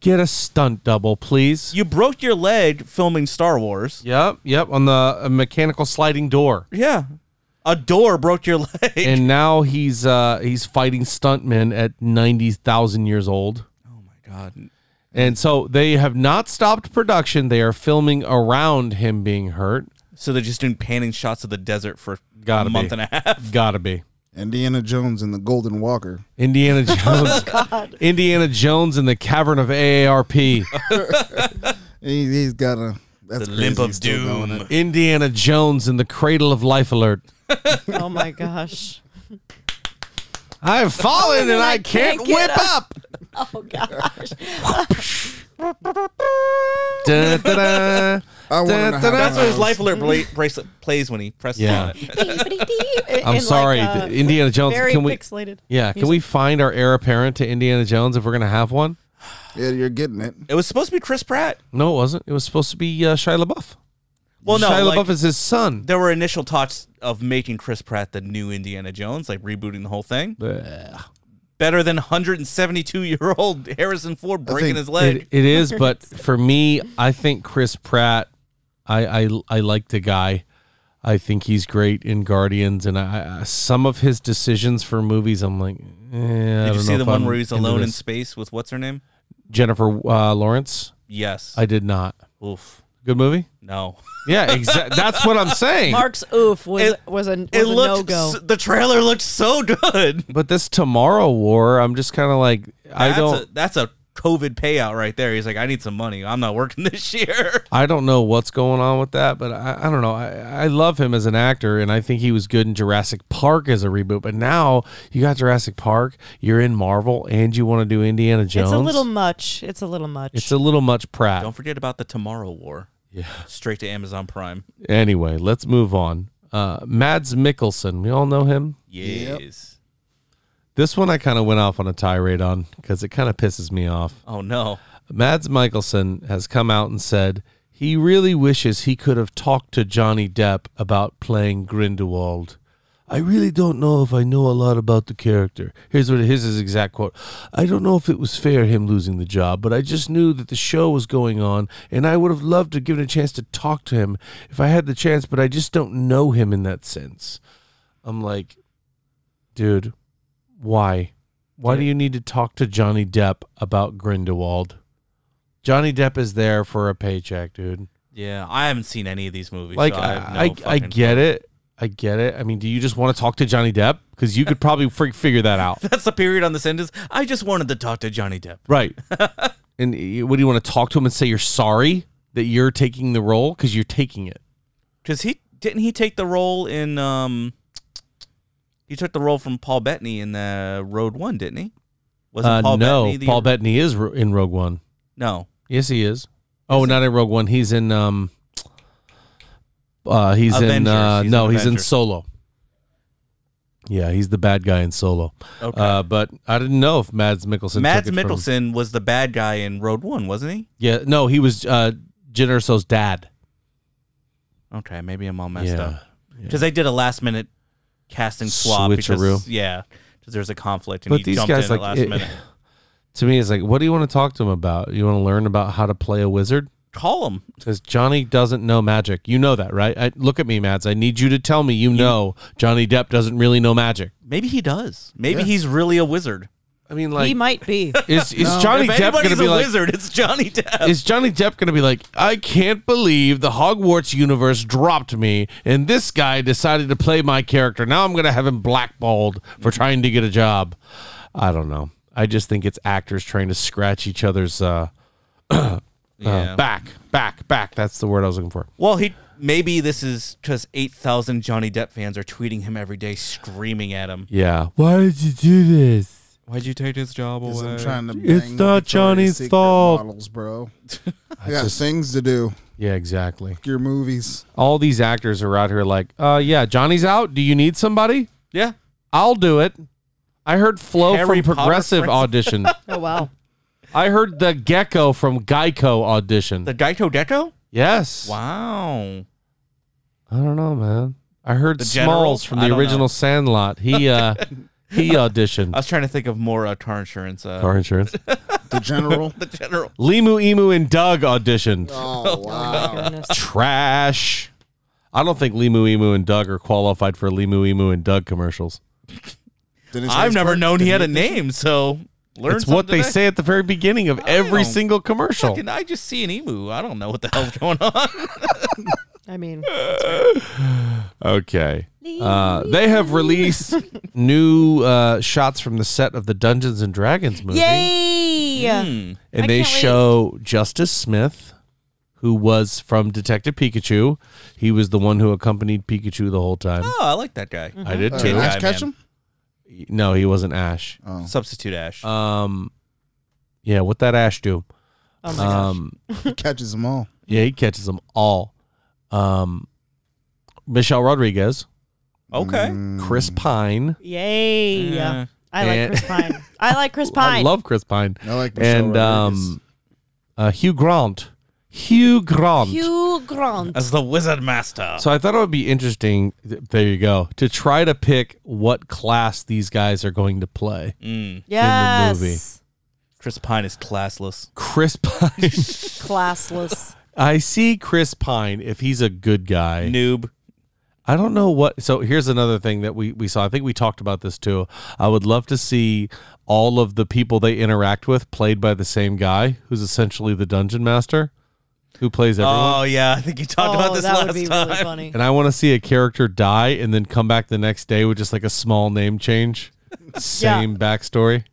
A: Get a stunt double, please.
B: You broke your leg filming Star Wars.
A: Yep, yep, on the uh, mechanical sliding door.
B: Yeah. A door broke your leg.
A: And now he's uh he's fighting stuntmen at 90,000 years old.
B: oh my god.
A: And so they have not stopped production. They are filming around him being hurt.
B: So they're just doing panning shots of the desert for
A: Gotta
B: a month
A: be.
B: and a half.
A: Gotta be.
C: Indiana Jones and the Golden Walker.
A: Indiana Jones. Indiana Jones in the cavern of AARP.
C: He, he's got a that's
B: The
C: crazy,
B: limp
C: he's
B: of
C: still going
B: doom.
C: it.
A: Indiana Jones in the cradle of life alert.
D: Oh my gosh.
A: I have fallen and I can't
D: get
A: whip up.
D: Oh gosh.
A: Da, da, da.
C: I
A: Da,
C: wanna know how
A: da, da.
C: that
B: That's what his
C: goes.
B: life alert bla- bracelet plays when he presses
A: Yeah.
B: on it.
A: I'm sorry, the- Indiana Jones.
D: uh, Very
A: Can we?
D: pixelated.
A: Yeah, can we find our heir apparent to Indiana Jones if we're gonna have one?
C: Yeah, you're getting it.
B: It was supposed to be Chris Pratt.
A: No, it wasn't. It was supposed to be uh, Shia LaBeouf.
B: Well, no,
A: Shia
B: like,
A: LaBeouf is his son.
B: there were initial talks of making Chris Pratt the new Indiana Jones, like rebooting the whole thing.
A: Blech.
B: Better than 172 year old Harrison Ford breaking
C: think
B: his leg.
A: It, it is, but for me, I think Chris Pratt. I I, I like the guy. I think he's great in Guardians, and I, I some of his decisions for movies, I'm like, eh, I
B: Did
A: don't
B: you see
A: know
B: the
A: if
B: one
A: I'm
B: where he was
A: into
B: alone in
A: this.
B: space with what's her name?
A: Jennifer uh, Lawrence?
B: Yes.
A: I did not.
B: Oof.
A: Good movie.
B: No.
A: Yeah, exactly. That's what I'm saying.
D: Mark's oof was
B: It-
D: was a, was
B: It
D: a
B: looked.
D: no-go.
B: s- the trailer looked so good.
A: But this Tomorrow War, I'm just kind of like, I
B: That's
A: don't,
B: A, that's a COVID payout right there. He's like, I need some money. I'm not working this year.
A: I I don't know what's going on with that. But I, I don't know. I, I love him as an actor, and I think he was good in Jurassic Park as a reboot. But now you got Jurassic Park, you're in Marvel, and you want to do Indiana Jones.
D: It's a little much. It's a little much.
A: It's a little much Pratt.
B: Don't forget about the Tomorrow War. Yeah. Straight to Amazon Prime.
A: Anyway, let's move on. Uh, Mads Mikkelsen, we all know him.
B: Yes.
A: This one I kind of went off on a tirade on because it kind of pisses me off.
B: Oh no.
A: Mads Mikkelsen has come out and said he really wishes he could have talked to Johnny Depp about playing Grindelwald. I really don't know if I know a lot about the character. Here's what here's his exact quote. I don't know if it was fair him losing the job, but I just knew that the show was going on and I would have loved to have given a chance to talk to him if I had the chance, but I just don't know him in that sense. I'm like, dude, why? Why do you need to talk to Johnny Depp about Grindelwald? Johnny Depp is there for a paycheck, dude.
B: Yeah, I haven't seen any of these movies.
A: Like
B: so I, have no
A: I, I, I
B: fucking-
A: get it. I get it. I mean, do you just want to talk to Johnny Depp? Because you could probably freak figure that out,
B: That's the period on the sentence. I just wanted to talk to Johnny Depp.
A: right? and y- what do you want to talk to him and say you're sorry that you're taking the role because you're taking it?
B: Cause he didn't he take the role in um he took the role from Paul Bettany in the Road One, didn't he? Wasn't
A: Uh, no,
B: the-
A: Paul Bettany is ro- in Rogue One.
B: No.
A: Yes, he is. Oh, not in Rogue One. He's in um. Uh, he's in
B: Avengers.
A: uh,
B: He's in
A: no, he's in
B: Avengers.
A: Solo. Yeah, he's the bad guy in Solo.
B: Okay.
A: Uh, but I didn't know if Mads Mikkelsen.
B: Mads
A: took it from-
B: Mikkelsen was the bad guy in Road One, wasn't he?
A: Yeah, no, he was uh, Jyn Erso's dad.
B: Okay, maybe I'm all messed
A: Yeah,
B: up. Because they did a last minute casting swap.
A: Switcheroo.
B: Because, yeah, because there's a conflict and
A: But
B: he
A: these
B: jumped
A: guys
B: in
A: like
B: at last
A: it-
B: minute.
A: To me, it's like, what do you want to talk to him about? You want to learn about how to play a wizard?
B: Call him.
A: Because Johnny doesn't know magic. You know that, right? I, look at me, Mads. I need you to tell me you know Johnny Depp doesn't really know magic.
B: Maybe he does. Maybe he's really a wizard.
A: I mean,
D: he
A: like,
D: might be.
A: is, is
C: No.
A: Johnny
B: if
A: Depp going to
B: anybody's
A: be
B: a
A: like? Oh,
B: wizard, it's Johnny Depp.
A: Is Johnny Depp going to be like, I can't believe the Hogwarts universe dropped me, and this guy decided to play my character. Now I'm going to have him blackballed for trying to get a job. I don't know. I just think it's actors trying to scratch each other's uh,
B: yeah.
A: uh, back, back, back. That's the word I was looking for.
B: Well, he maybe this is because eight thousand Johnny Depp fans are tweeting him every day, screaming at him.
A: Yeah. Why did you do this?
B: Why'd you take his job
C: 'Cause I'm trying to
A: It's
C: bang
A: not
C: with Victoria's
A: Johnny's
C: Secret
A: fault.
C: Models, bro. I got things to do.
A: Yeah, exactly.
C: Your movies.
A: All these actors are out here like, uh, yeah, Johnny's out. Do you need somebody?
B: Yeah,
A: I'll do it. I heard Flo
B: Harry
A: from
B: Potter
A: Progressive
B: Prince.
A: audition.
D: Oh wow.
A: I heard the gecko from Geico audition.
B: the Geico Deco.
A: yes.
B: Wow.
A: I don't know, man. I heard
B: The
A: Smalls
B: general?
A: from
B: I
A: the
B: don't
A: original
B: know.
A: Sandlot. He uh He auditioned.
B: I was trying to think of more uh, car insurance. Uh,
A: Car insurance.
C: The general.
B: The general.
A: Limu, Emu, and Doug auditioned.
C: Oh wow.
D: Goodness.
A: Trash. I don't think Limu, Emu, and Doug are qualified for Limu, Emu, and Doug commercials.
C: Did it say
B: I've
C: it's
B: never
C: part-
B: known he had a name, so learn
A: it's what
B: something
A: they
B: today.
A: say at the very beginning of every
B: don't-
A: single commercial.
B: Fucking, I just see an emu. I don't know what the hell's going on.
D: I mean,
A: Okay. Uh, they have released new uh, shots from the set of the Dungeons and Dragons movie.
D: yay!
B: Hmm.
A: and
D: I
A: they
D: can't wait.
A: show Justice Smith, who was from Detective Pikachu. He was the one who accompanied Pikachu the whole time.
B: Oh, I like that guy.
A: I did
C: Uh,
A: too.
B: Ash
C: Ash
B: guy,
C: Ketchum.
A: No, he wasn't Ash.
C: Oh.
B: Substitute Ash.
A: Um, yeah, what that Ash do?
D: Oh my gosh.
A: Um,
C: He catches them all.
A: yeah, he catches them all. Um, Michelle Rodriguez,
B: okay.
C: Mm.
A: Chris Pine.
D: Yay!
B: Yeah.
D: I like
A: And-
D: Chris Pine. I like Chris
A: eh. I
D: Pine.
A: love Chris Pine.
C: I like Michelle
A: and
C: Rodriguez.
A: um, uh, Hugh Grant. Hugh Grant.
D: Hugh Grant.
B: As the wizard master.
A: So I thought it would be interesting. th- There you go. To try to pick what class these guys are going to play.
B: Mm.
D: yes.
A: movie.
B: Chris Pine is classless.
A: Chris Pine.
D: Classless.
A: I see Chris Pine if he's a good guy.
B: Noob.
A: I don't know what. So here's another thing that we, we saw. I think we talked about this too. I would love to see all of the people they interact with played by the same guy, who's essentially the dungeon master, who plays everyone.
B: Oh yeah, I think you talked about
D: oh,
B: this
D: that
B: last
D: would be
B: time.
D: really funny.
A: and I want to see a character die and then come back the next day with just like a small name change, same backstory.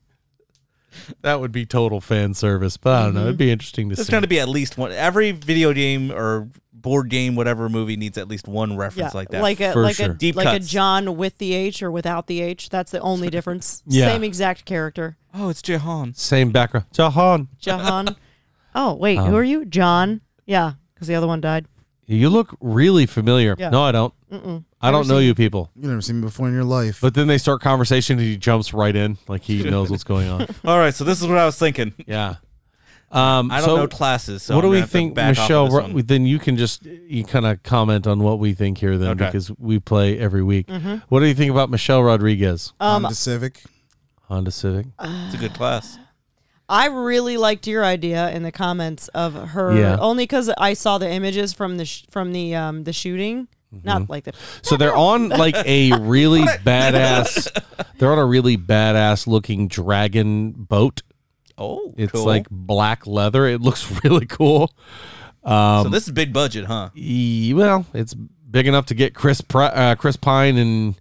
A: That would be total fan service, but I don't know. It'd be interesting to
B: There's
A: see.
B: going to be at least one. Every video game or board game, whatever movie, needs at least one reference like that.
D: like a
A: for
D: like
A: sure.
D: a
B: Deep
D: like
B: cuts.
D: a John with the H or without the H. That's the only difference.
A: Yeah.
D: Same exact character.
B: oh, it's Jahan.
A: same background. Jahan,
D: Jahan. oh wait,
A: Um,
D: who are you? John. Yeah, because the other one died.
A: you look really familiar.
D: Yeah.
A: No, I don't. I don't know you people.
C: you never seen me before in your life.
A: But then they start conversation and he jumps right in, like he knows what's going on.
B: All right, so this is what I was thinking.
A: Yeah. Um,
B: I don't
A: so
B: know classes. So
A: what
B: I'm
A: do
B: gonna
A: we
B: have to
A: think,
B: back off of
A: Michelle?
B: this
A: Ro-
B: one.
A: then you can just you kind of comment on what we think here, then
B: Okay.
A: because we play every week.
D: Mm-hmm.
A: What do you think about Michelle Rodriguez,
C: um, the Civic.
A: Honda Civic?
B: it's a good class.
D: I really liked your idea in the comments of her
A: Yeah.
D: only because I saw the images from the sh- from the um the shooting.
A: Mm-hmm.
D: Not like the
A: So they're on like a really badass. They're on a really badass looking dragon boat.
B: Oh,
A: It's
B: cool.
A: like black leather. It looks really cool. um,
B: so. This is big budget, huh?
A: E- Well, it's big enough to get Chris Pri- uh, Chris Pine and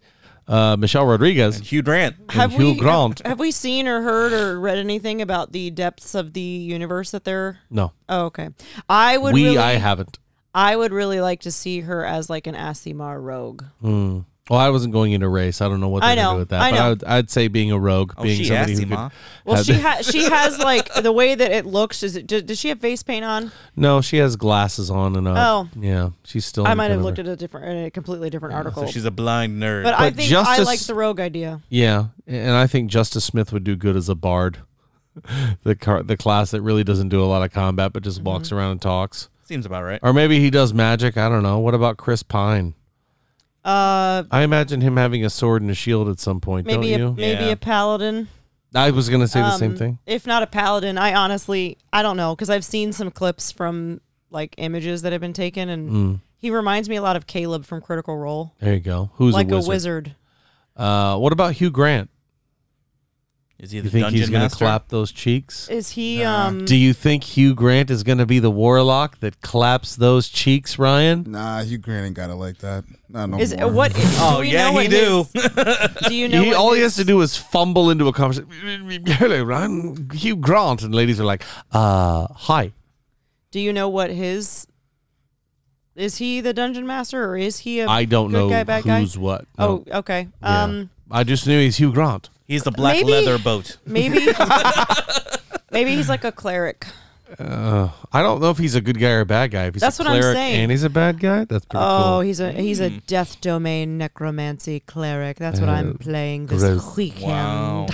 A: uh, Michelle Rodriguez.
B: Hugh Grant.
D: have
A: Hugh
D: we have-
A: Grant.
D: Have, we seen or heard or read anything about the depths of the universe that they're?
A: No,
D: Oh, okay. I would
A: we
D: really,
A: I haven't.
D: I would really like to see her as like an Asimar rogue.
A: Well, I wasn't going into race. I don't know what they're
D: I
A: going to
D: know,
A: do with that.
D: I
A: but I
D: know.
A: would, I'd say being a rogue,
B: Oh,
A: being
B: she
A: somebody
B: assy,
A: who could,
B: ma.
D: Well,
A: had
D: she
A: the-
D: ha- she has like the way that it looks. Is it? Does, does she have face paint on?
A: no, she has glasses on and up.
D: Oh.
A: yeah, she's still.
D: I
A: in
D: might
A: kind
D: have
A: of
D: looked
A: a-
D: at a different, in a completely different article.
B: So she's a blind nerd.
D: but, uh, I
A: But
D: think I
A: Justice-
D: like the rogue idea.
A: Yeah, and I think Justice Smith would do good as a bard. The car, the class that really doesn't do a lot of combat, but just walks
D: Mm-hmm.
A: around and talks,
B: Seems about right.
A: or maybe he does magic. I don't know. What about Chris Pine?
D: Uh,
A: I imagine him having a sword and a shield at some point.
D: maybe
A: don't
D: a,
A: you?
D: maybe
B: Yeah.
D: a paladin.
A: I was gonna say the same
D: Um,
A: thing.
D: If not a paladin, I honestly I don't know because I've seen some clips from like images that have been taken, and
A: Hmm.
D: he reminds me a lot of Caleb from Critical Role,
A: There you go. Who's
D: like
A: a wizard?
D: a wizard.
A: Uh, what about Hugh Grant?
B: Is he the
A: You think
B: dungeon
A: he's gonna
B: master?
A: clap those cheeks?
D: Is he?
B: Nah.
D: Um,
A: Do you think Hugh Grant is gonna be the warlock that claps those cheeks, Ryan?
C: Nah, Hugh Grant ain't got it like that. Nah, no
D: is
C: more.
D: what?
B: Oh
D: do we
B: yeah,
D: know
B: he
D: what
B: do.
D: his- do you know?
A: he,
D: what
A: all he
D: his-
A: has to do is fumble into a conversation. Hello, Ryan. Hugh Grant, and ladies are like, uh, hi.
D: Do you know what his? Is he the dungeon master or is he a?
A: I don't
D: good
A: know
D: guy, bad guy?
A: who's what.
D: Oh,
A: No.
D: okay.
A: Yeah.
D: Um,
A: I just knew he's Hugh Grant.
B: He's the black
D: Maybe-
B: leather boat.
D: maybe. maybe he's like a cleric.
A: I don't know if he's a good guy or a bad guy. If he's
D: That's
A: a
D: what I'm
A: cleric
D: saying.
A: and he's a bad guy, that's pretty
D: Oh,
A: cool.
D: he's a he's a death domain necromancy cleric. That's what
A: Uh,
D: I'm playing this
A: gross.
D: weekend.
B: Wow.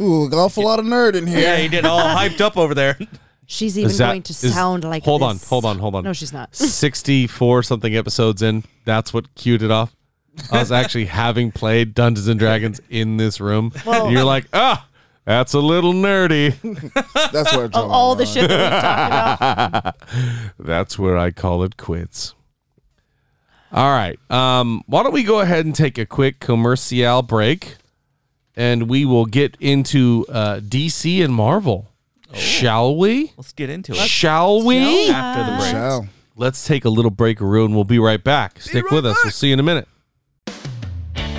C: Ooh, an awful lot of nerd in
B: yeah,
C: here.
B: he did all hyped up over there.
D: She's even
A: that-
D: going to
A: is-
D: sound like
A: hold on,
D: this.
A: hold on, hold on.
D: No, she's not.
A: 64 something episodes in. That's what cued it off. us actually having played Dungeons and Dragons in this room.
D: uh,
A: You're like, ah, that's a little nerdy.
C: That's
D: Of
C: what I'm
D: all the shit that we talked about.
A: That's where I call it quits. All right. Um, why don't we go ahead and take a quick commercial break and we will get into uh, DC and Marvel.
D: Oh.
A: Shall we?
B: Let's get into it.
A: Shall we?
B: after the break.
C: Shall.
A: Let's take a little break, Rue, and we'll be right back. Stick with us. We'll see you in a minute.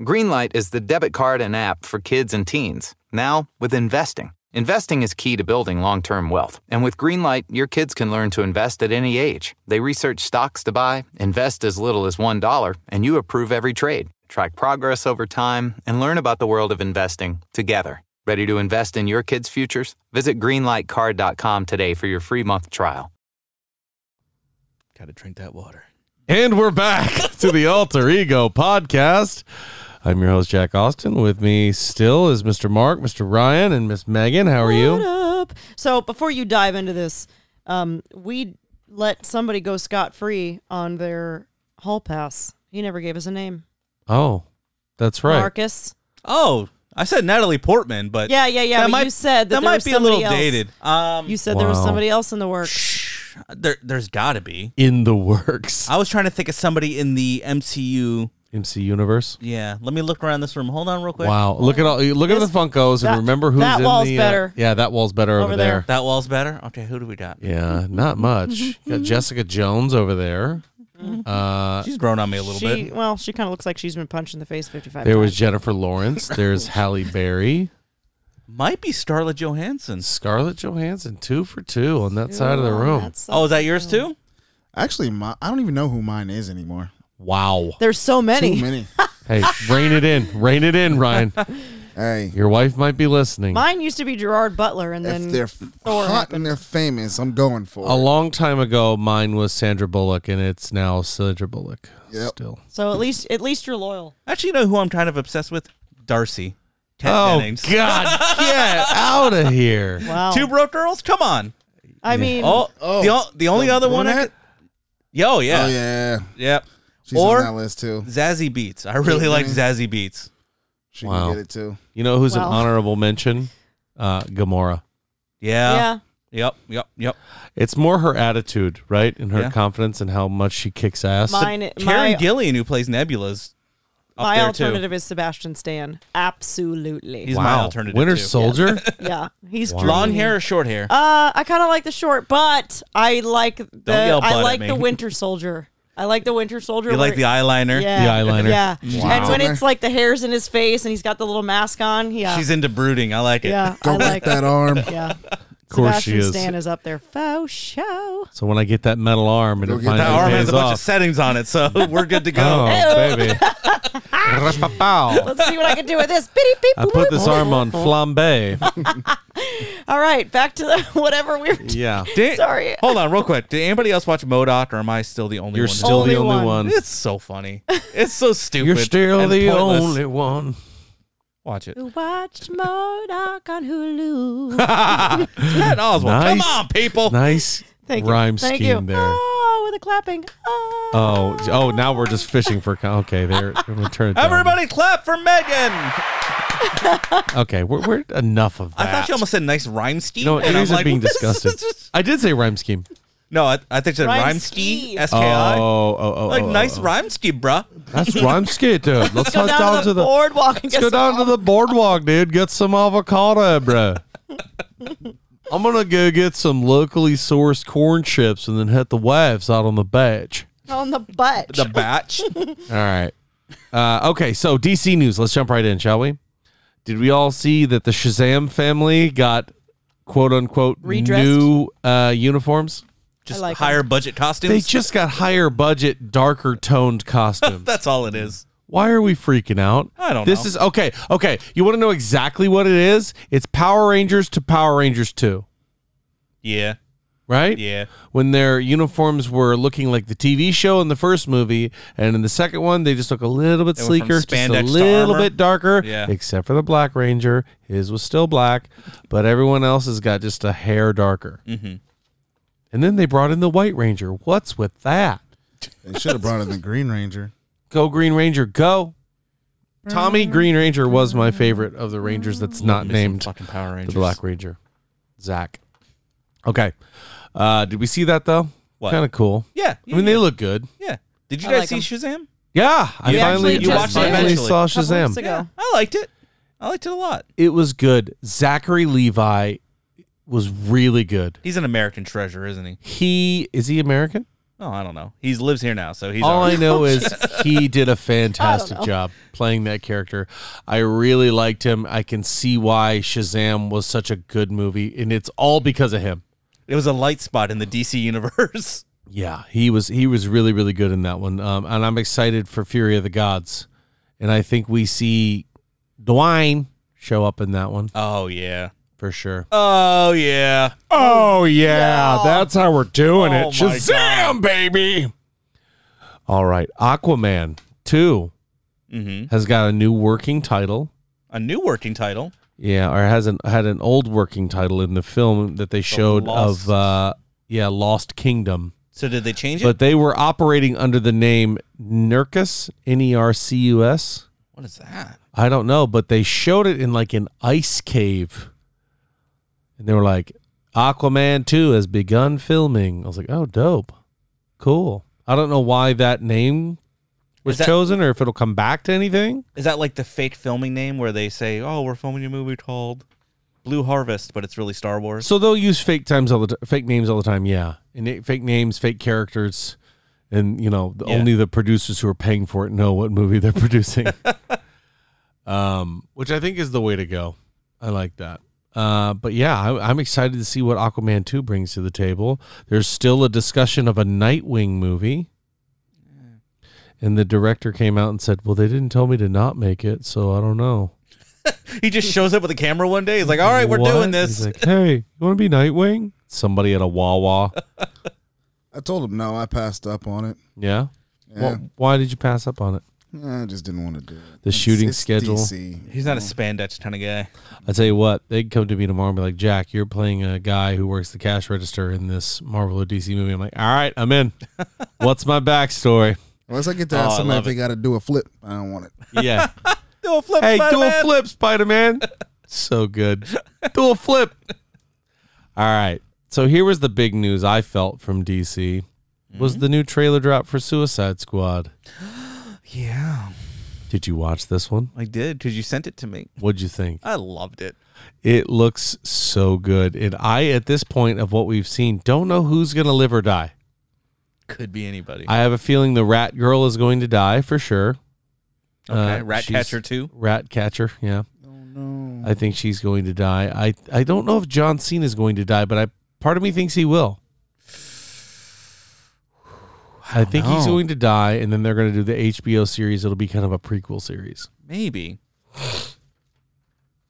E: Greenlight is the debit card and app for kids and teens, now with investing. Investing is key to building long term wealth. And with Greenlight, your kids can learn to invest at any age. They research stocks to buy, invest as little as $1, and you approve every trade, track progress over time, and learn about the world of investing together. Ready to invest in your kids' futures? Visit greenlightcard.com today for your free month trial.
B: Gotta drink that water.
A: And we're back to the Alter Ego podcast. I'm your host, Jack Austin. With me still is Mr. Mark, Mr. Ryan, and Miss Megan. How are
D: What
A: you?
D: up? So before you dive into this, um, we let somebody go scot free on their hall pass. He never gave us a name.
A: Oh, that's right.
D: Marcus.
B: Oh, I said Natalie Portman, but
D: Yeah, yeah, yeah, but you said that there
B: might
D: was
B: be a little
D: somebody else.
B: dated. Um,
D: You said there was
A: Wow.
D: somebody else in the works.
B: there, there's gotta be.
A: In the works.
B: I was trying to think of somebody in the MCU.
A: MC Universe.
B: Yeah, let me look around this room. Hold on, real quick.
A: Wow. Look at all look at the
D: This-
A: Funkos and
D: that-
A: remember who's
D: that
A: in
D: wall's
A: the uh,
D: better.
A: yeah, that wall's better over,
D: Over
A: there.
D: there.
B: That wall's better. Okay, who do we got?
A: Yeah, not much. You got Jessica Jones over there. Uh
B: She's grown on me a little
D: She
B: bit.
D: well, she kind of looks like she's been punched in the face fifty-five.
A: there was
D: times.
A: Jennifer Lawrence. There's Halle Berry.
B: Might be Scarlett Johansson.
A: Scarlett Johansson, two for two on that side of the
D: Oh,
A: room.
D: that's so-
B: Oh, is that yours too?
C: Actually, my, I don't even know who mine is anymore.
A: Wow.
D: There's so many.
C: Too many.
A: Hey, rein it in. Rein it in, Ryan.
C: hey,
A: Your wife might be listening.
D: Mine used to be Gerard Butler, and
C: if
D: then
C: they're
D: Thor
C: hot and they're famous, I'm going for
A: A
C: it.
A: long time ago, mine was Sandra Bullock, and it's now Sandra Bullock.
C: Yep.
A: Still.
D: so at least at least you're loyal.
B: Actually, you know who I'm kind of obsessed with? Darcy. Kat
A: Oh,
B: Dennings.
A: God. Get out of here.
D: Wow.
B: Two broke girls. Come on.
D: I mean,
B: Oh,
C: Oh,
B: the o- the only
C: the
B: other one. I
C: brunette?
B: could- Yo, yeah,
C: Oh
B: yeah.
C: yeah,
B: Yep.
C: she's
B: Or-
C: on that list too.
B: Zazzy Beats. I really like
C: Mhm.
B: Zazzy Beats.
C: She
A: Wow.
C: can get it too.
A: You know who's an
D: Well.
A: honorable mention? Uh, Gamora.
B: Yeah.
D: yeah.
B: Yep. Yep. Yep.
A: It's more her attitude, right? And her
B: Yeah.
A: confidence and how much she kicks ass.
D: Mine.
B: Karen
D: My,
B: Gillian, who plays Nebula's, up
D: my
B: there
D: alternative is Sebastian Stan. Absolutely.
B: too. He's my alternative.
A: Winter
B: too.
A: Soldier?
D: yeah. He's
B: Long
D: dreamy.
B: hair or short hair?
D: Uh, I kind of like the short, but I like the
B: yell butt
D: I
B: at
D: like
B: me.
D: the Winter Soldier. I like the Winter Soldier.
B: you like the
D: where-
B: eyeliner?
D: yeah,
A: The eyeliner.
D: Yeah, and
C: Wow.
D: when it's like the hairs in his face, and he's got the little mask on. Yeah,
B: She's into brooding. I like it.
D: yeah, I
C: Go get
D: like
C: that arm.
D: Yeah,
A: Of course
D: Sebastian
A: she is.
D: Stan is up there. Faux show.
A: So when I get that metal arm and
C: Go
A: it
C: get that
A: finally
B: That arm
A: pays
B: has a bunch
A: off.
B: of settings on it, so we're good to go.
A: oh, baby. Ra-pa-pow.
D: Let's see what I can do with this. Beep, beep,
A: I put
D: boop,
A: this
D: boop.
A: arm on flambe.
D: All right, back to the, whatever we were. doing.
A: Yeah.
B: Did-
D: Sorry.
B: Hold on, real quick. Did anybody else watch Modoc, or am I still the only
A: You're
B: one?
A: still
D: Only
A: the only one.
D: one.
B: It's so funny. It's so stupid.
A: You're still
B: and
A: the
B: pointless.
A: only one.
B: Watch it.
D: Watch Modoc on Hulu.
B: Patton Oswalt. Come
A: Nice.
B: on, people.
A: Nice
D: Thank you.
A: rhyme
D: Thank
A: scheme
D: you.
A: there.
D: Oh, with a clapping. Oh.
A: Oh, j- oh! Now we're just fishing for. co- Okay, there. I'm gonna turn it down.
B: Everybody clap for Megan.
A: Okay, we're, we're enough of that.
B: I thought you almost said nice rhyme scheme.
A: You know,
B: and
A: it
B: I'm
A: isn't
B: like,
A: being
B: this is-
A: disgusted.
B: this is-
A: I did say rhyme scheme.
B: No, I, I think it's
D: Rhymesky.
B: Rhymesky,
A: Oh,
B: S-K-I.
A: oh, oh, oh,
B: like,
A: oh,
B: nice
A: oh.
B: Rhymesky, bruh.
A: That's rhyme skate, dude. Let's
D: Go
A: head
D: down, to the, boardwalk and
A: Let's
D: get
A: go
D: some
A: down to the boardwalk, dude. Get some avocado, bro. I'm gonna go get some locally sourced corn chips and then hit the waves out on the batch.
D: on the butt.
B: The batch.
A: All right. Uh, okay, so DC news. Let's jump right in, shall we? Did we all see that the Shazam family got quote unquote
D: Redressed?
A: new uh, uniforms?
B: Just
D: like 'em.
B: higher budget costumes.
A: They just got higher budget, darker toned costumes.
B: That's all it is.
A: Why are we freaking out?
B: I don't
A: This
B: know.
A: is okay. Okay. You want to know exactly what it is? It's Power Rangers to Power Rangers 2,
B: Yeah.
A: right?
B: Yeah.
A: When their uniforms were looking like the TV show in the first movie, and in the second one, they just look a little bit
B: They went from
A: sleeker, just
B: spandex
A: a
B: to
A: little
B: armor.
A: bit darker,
B: Yeah.
A: except for the Black Ranger. His was still black, but everyone else has got just a hair darker. Mm-hmm. And then they brought in the White Ranger. What's with that?
C: They should have brought in the Green Ranger.
A: Go Green Ranger, go. Tommy Green Ranger was my favorite of the Rangers that's not named
B: Fucking Power
A: the
B: Rangers.
A: Black Ranger. Zach. Okay. Uh did we see that though?
B: What?
A: Kind of cool.
B: Yeah.
A: I mean they look good.
B: Yeah. Did you
D: I
B: guys
D: like
B: see Shazam?
A: Yeah, I
B: You
A: finally
D: actually
A: I
D: just did.
A: finally
B: Eventually.
A: saw
D: Couple weeks
A: Shazam.
D: ago.
B: Yeah. I liked it. I liked it a lot.
A: It was good. Zachary Levi was really good.
B: He's an American treasure, isn't he?
A: He is he American?
B: Oh, I don't know. He lives here now, so he's
A: All
B: all
A: I know is he did a fantastic job playing that character. I really liked him. I can see why Shazam was such a good movie, and it's all because of him.
B: It was a light spot in the DC universe.
A: Yeah, he was he was really really good in that one, um, and I'm excited for Fury of the Gods, and I think we see Dwayne show up in that one
B: Oh yeah.
A: for sure.
B: Oh yeah.
A: Oh yeah, that's how we're doing
B: it.
A: Shazam, baby! All right, Aquaman two
B: Mm-hmm.
A: has got a new working title.
B: A new working title.
A: Yeah, or has an had an old working title in the film that they showed
B: Lost-
A: of uh yeah, Lost Kingdom.
B: So did they change it?
A: But they were operating under the name Nercus, N E R C U S.
B: what is that?
A: I don't know, but they showed it in like an ice cave. And they were like, Aquaman 2 has begun filming. I was like, oh, dope. Cool. I don't know why that name was
B: Is that-
A: chosen or if it'll come back to anything.
B: Is that like the fake filming name where they say, "Oh, we're filming a movie called Blue Harvest," but it's really Star Wars?
A: So they'll use fake times all the t- fake names all the time. Yeah, and it, fake names, fake characters, and you know the-
B: Yeah.
A: only the producers who are paying for it know what movie they're producing. um, which I think is the way to go. I like that. Uh, but yeah, I, I'm excited to see what Aquaman two brings to the table. There's still a discussion of a Nightwing movie. And the director came out and said, "Well, they didn't tell me to not make it, so I don't know."
B: He just shows up with a camera one day. He's like, "All right, we're
A: What?
B: doing
A: He's
B: this."
A: like, hey, you want to be Nightwing? Somebody at a Wawa.
C: I told him no. I passed up on it.
A: Yeah.
C: Yeah.
A: Wh- why did you pass up on it?
C: I just didn't want to do it.
A: The shooting schedule.
C: DC.
B: He's not a spandex kind of guy.
A: I tell you what, they'd come to me tomorrow and be like, Jack, you're playing a guy who works the cash register in this Marvel or DC movie. I'm like, all right, I'm in. What's my backstory?
C: Unless I get to
B: Oh,
C: ask
B: I
C: somebody
B: love
C: if they got to do a flip, I don't want it.
A: Yeah.
B: Do a flip,
A: hey, do a
B: Spider-Man.
A: flip, Spider Man. so good. Do a flip. All right. So here was the big news I felt from DC
B: Mm-hmm.
A: was the new trailer drop for Suicide Squad.
B: Yeah,
A: Did you watch this one?
B: I did because you sent it to me.
A: What'd you think?
B: I loved it.
A: It looks so good. And I, at this point of what we've seen, don't know who's going to live or die.
B: Could be anybody.
A: I have a feeling the rat girl is going to die for sure.
B: okay,
A: uh,
B: rat
A: she's-
B: catcher too.
A: Rat catcher, yeah.
C: Oh no.
A: I think she's going to die. I, I don't know if John Cena is going to die, but I part of me thinks he will. I think he's
B: know.
A: going to die, and then they're going to do the HBO series. It'll be kind of a prequel series.
B: Maybe.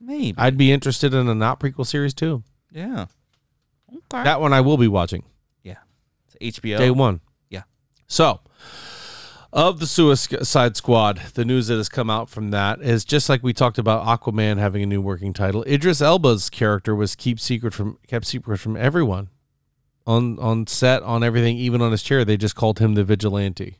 B: Maybe.
A: I'd be interested in a not prequel series too.
B: yeah. Okay.
A: That one I will be watching.
B: yeah. It's HBO.
A: Day one.
B: Yeah.
A: So, of the Suicide Squad, the news that has come out from that is just like we talked about Aquaman having a new working title. Idris Elba's character was keep secret from kept secret from everyone on on set, on everything, even on his chair. They just called him the vigilante.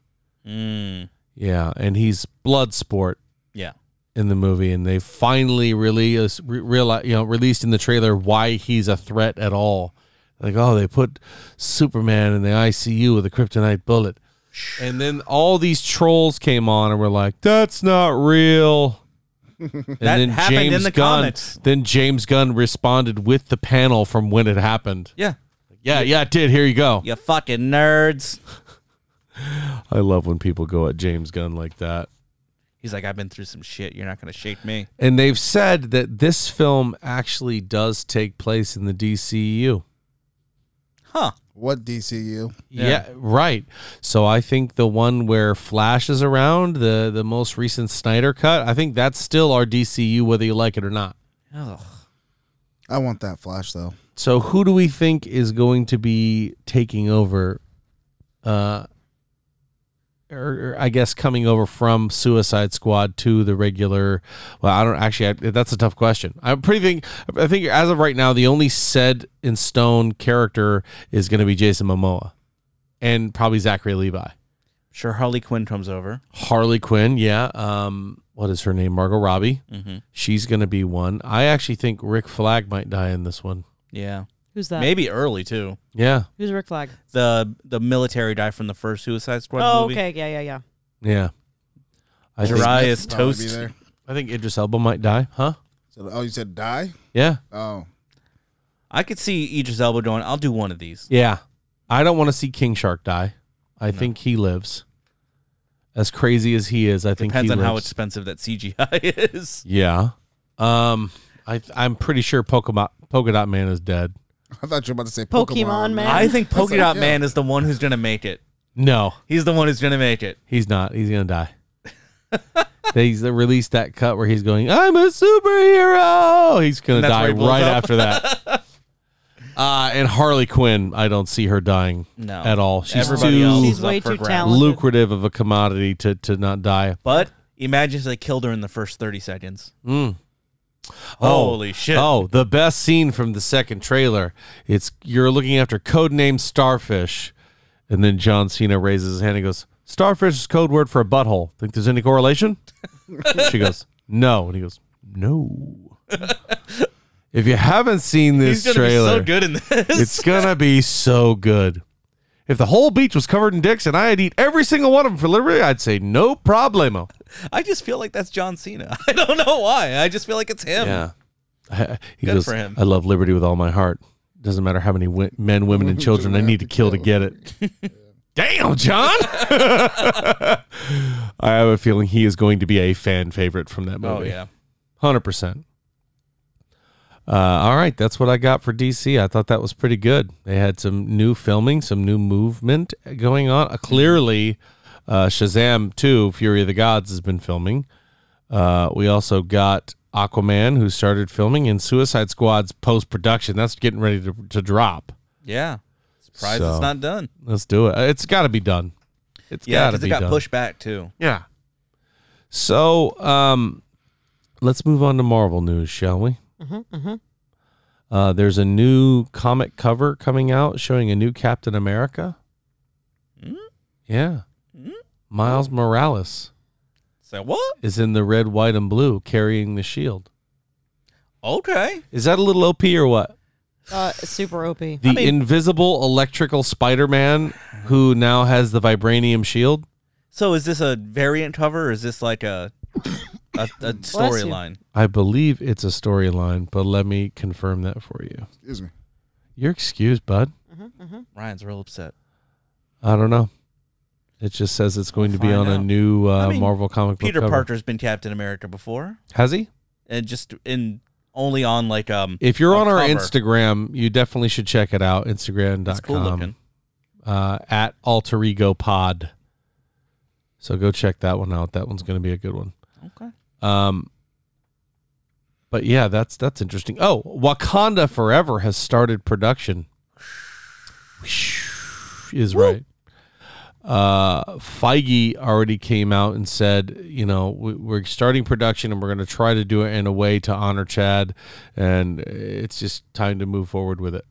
B: Mm,
A: Yeah, and he's Bloodsport
B: yeah.
A: in the movie, and they finally really realize, you know, released in the trailer why he's a threat at all. Like, oh, they put Superman in the ICU with a kryptonite bullet. And then all these trolls came on and were like, that's not real. And
B: That happened in the
A: Gunn,
B: comics.
A: Then James Gunn responded with the panel from when it happened.
B: Yeah.
A: Yeah, yeah, it did. Here you go.
B: You fucking nerds.
A: I love when people go at James Gunn like that.
B: He's like, I've been through some shit. You're not gonna shake me.
A: And they've said that this film actually does take place in the DCU.
B: Huh.
C: What DCU?
A: Yeah. right. So I think the one where Flash is around, the the most recent Snyder cut, I think that's still our DCU whether you like it or not.
C: I want that Flash though.
A: So who do we think is going to be taking over uh or, or I guess coming over from Suicide Squad to the regular. Well, I don't actually. I, that's a tough question. I'm pretty think. I think as of right now, the only said in stone character is going to be Jason Momoa, and probably Zachary Levi.
B: Sure, Harley Quinn comes over.
A: Harley Quinn, yeah. Um, what is her name? Margot Robbie.
B: Mm-hmm.
A: She's gonna be one. I actually think Rick Flag might die in this one.
B: Yeah.
D: Who's
A: Uh,
D: that?
B: Maybe early too.
A: Yeah,
D: Who's Rick Flag?
B: The the military guy from the first Suicide Squad
D: Oh,
B: movie.
D: okay. Yeah, yeah, yeah.
A: yeah. I think,
B: Gerard- Bias
C: Probably be
B: toast.
C: there.
A: I think Idris Elba might die, huh?
C: So, oh, you said die?
A: Yeah,
C: Oh,
B: I could see Idris Elba going, I'll do one of these.
A: yeah. I don't want to see King Shark die. I think he lives. As crazy as he is, I think
B: Depends
A: he
B: on how
A: lives.
B: expensive that CGI is.
A: yeah. Um, I I'm pretty sure Pokemon Polka Dot Man is dead.
C: I thought you were about to say
D: Pokemon
C: Pokemon,
D: Man.
B: I think
C: That's
B: Polka
C: like,
B: Dot
C: yeah.
B: Man is the one who's gonna make it.
A: No,
B: He's the one who's gonna make it.
A: He's not. He's gonna die. they released that cut where he's going, "I'm a superhero." He's gonna
B: And that's
A: die
B: where he blows
A: right
B: up.
A: after that. uh, and Harley Quinn, I don't see her dying
B: No.
A: at all. She's
B: Everybody
A: too
B: else
D: She's
B: is
D: way
B: up for
D: too
B: grabs.
D: talented.
A: lucrative of a commodity to to not die.
B: But imagine if they killed her in the first thirty seconds.
A: Mm.
B: Holy shit.
A: Oh, the best scene from the second trailer. It's you're looking after codename Starfish, and then John Cena raises his hand and goes, "Starfish is code word for a butthole. Think there's any correlation?" she goes, "No," and he goes, "No." if you haven't seen this
B: He's gonna
A: trailer,
B: be so good in this.
A: it's gonna be so good. If the whole beach was covered in dicks and I had eat every single one of them for delivery, I'd say no problemo.
B: I just feel like that's John Cena. I don't know why. I just feel like it's him.
A: Yeah. he
B: Good
A: goes,
B: for him.
A: I love liberty with all my heart. Doesn't matter how many w- men, women, and children I need to kill to get it. Damn, John! I have a feeling he is going to be a fan favorite from that
B: Oh
A: movie.
B: yeah.
A: 100%. Uh, all right, that's what I got for DC. I thought that was pretty good. They had some new filming, some new movement going on. Uh, clearly, uh, Shazam 2, Fury of the Gods, has been filming. Uh, we also got Aquaman, who started filming, and Suicide Squad's post production. That's getting ready to, to drop.
B: Yeah. Surprised
A: So-
B: it's not done.
A: Let's do it. Uh, It's got to be done. It's
B: Yeah,
A: got to
B: because
A: be
B: it got
A: done.
B: pushed back too.
A: Yeah. So um, let's move on to Marvel news, shall we? Mm-hmm, mm-hmm. Uh, there's a new comic cover coming out showing a new Captain America. Mm-hmm. Yeah. Miles Morales
B: So what?
A: is in the red, white, and blue carrying the shield.
B: Okay.
A: Is that a little OP or what?
D: Uh, super OP.
A: The invisible electrical Spider Man who now has the vibranium shield.
B: So is this a variant cover or is this like a a, a storyline?
A: I believe it's a storyline, but let me confirm that for you.
C: Excuse me.
A: You're excused, bud.
B: Ryan's real upset.
A: I don't know. It just says it's going to be
B: Find
A: on a
B: out.
A: new uh,
B: I mean,
A: Marvel comic book.
B: Peter
A: cover.
B: Parker's been Captain America before.
A: has he?
B: And just in only on like um
A: If you're
B: a
A: on our
B: cover.
A: Instagram, you definitely should check it out. Instagram.com
B: It's cool looking.
A: uh, at Alter Ego Pod. So go check that one out. That one's going to be a good one.
B: Okay.
A: Um, but yeah, that's that's interesting. Oh, Wakanda Forever has started production. Is right. Uh, Feige already came out and said, you know, we, we're starting production and we're going to try to do it in a way to honor Chad, and it's just time to move forward with it.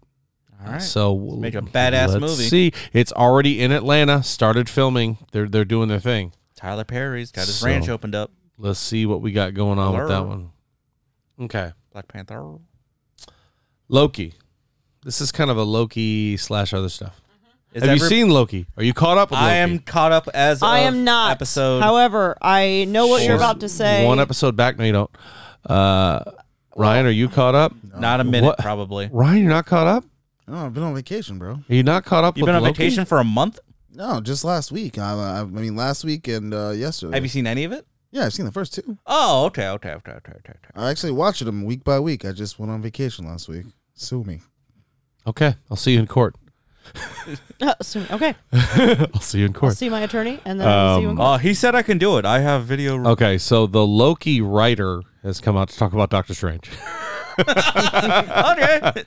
B: All right.
A: So
B: make a badass
A: let's
B: movie.
A: See, it's already in Atlanta. Started filming. They're they're doing their thing.
B: Tyler Perry's got his
A: So-
B: ranch opened up.
A: Let's see what we got going on with that
B: Blur.
A: one. Okay,
B: Black Panther.
A: Loki. This is kind of a Loki slash other stuff.
B: Is
A: Have you
B: every-
A: seen Loki? Are you caught up with Loki?
B: I am caught up as
D: I
B: of
D: am not.
B: episode.
D: However, I know what you're
A: Or-
D: about to say.
A: One episode back. No, you don't. Uh, Ryan, are you caught up?
B: not a minute
A: What?
B: probably.
A: Ryan, you're not caught up?
C: No, I've been on vacation, bro.
A: Are you not caught up
B: You've
A: with
B: been on
A: Loki?
B: vacation for a month.
C: No, just last week. I, I, I mean, last week and uh, yesterday.
B: Have you seen any of it?
C: yeah, I've seen the first two.
B: Oh, okay, okay, okay, okay, okay. okay.
C: I actually watched them week by week. I just went on vacation last week. Sue me.
A: Okay, I'll see you in court.
D: Uh, so- okay,
A: I'll see you in
D: I'll
A: court.
D: see my attorney, and then I'll
A: Um,
D: see you. In court.
B: Uh, he said I can do it. I have video.
A: Okay, so the Loki writer has come out to talk about Doctor Strange.
B: okay.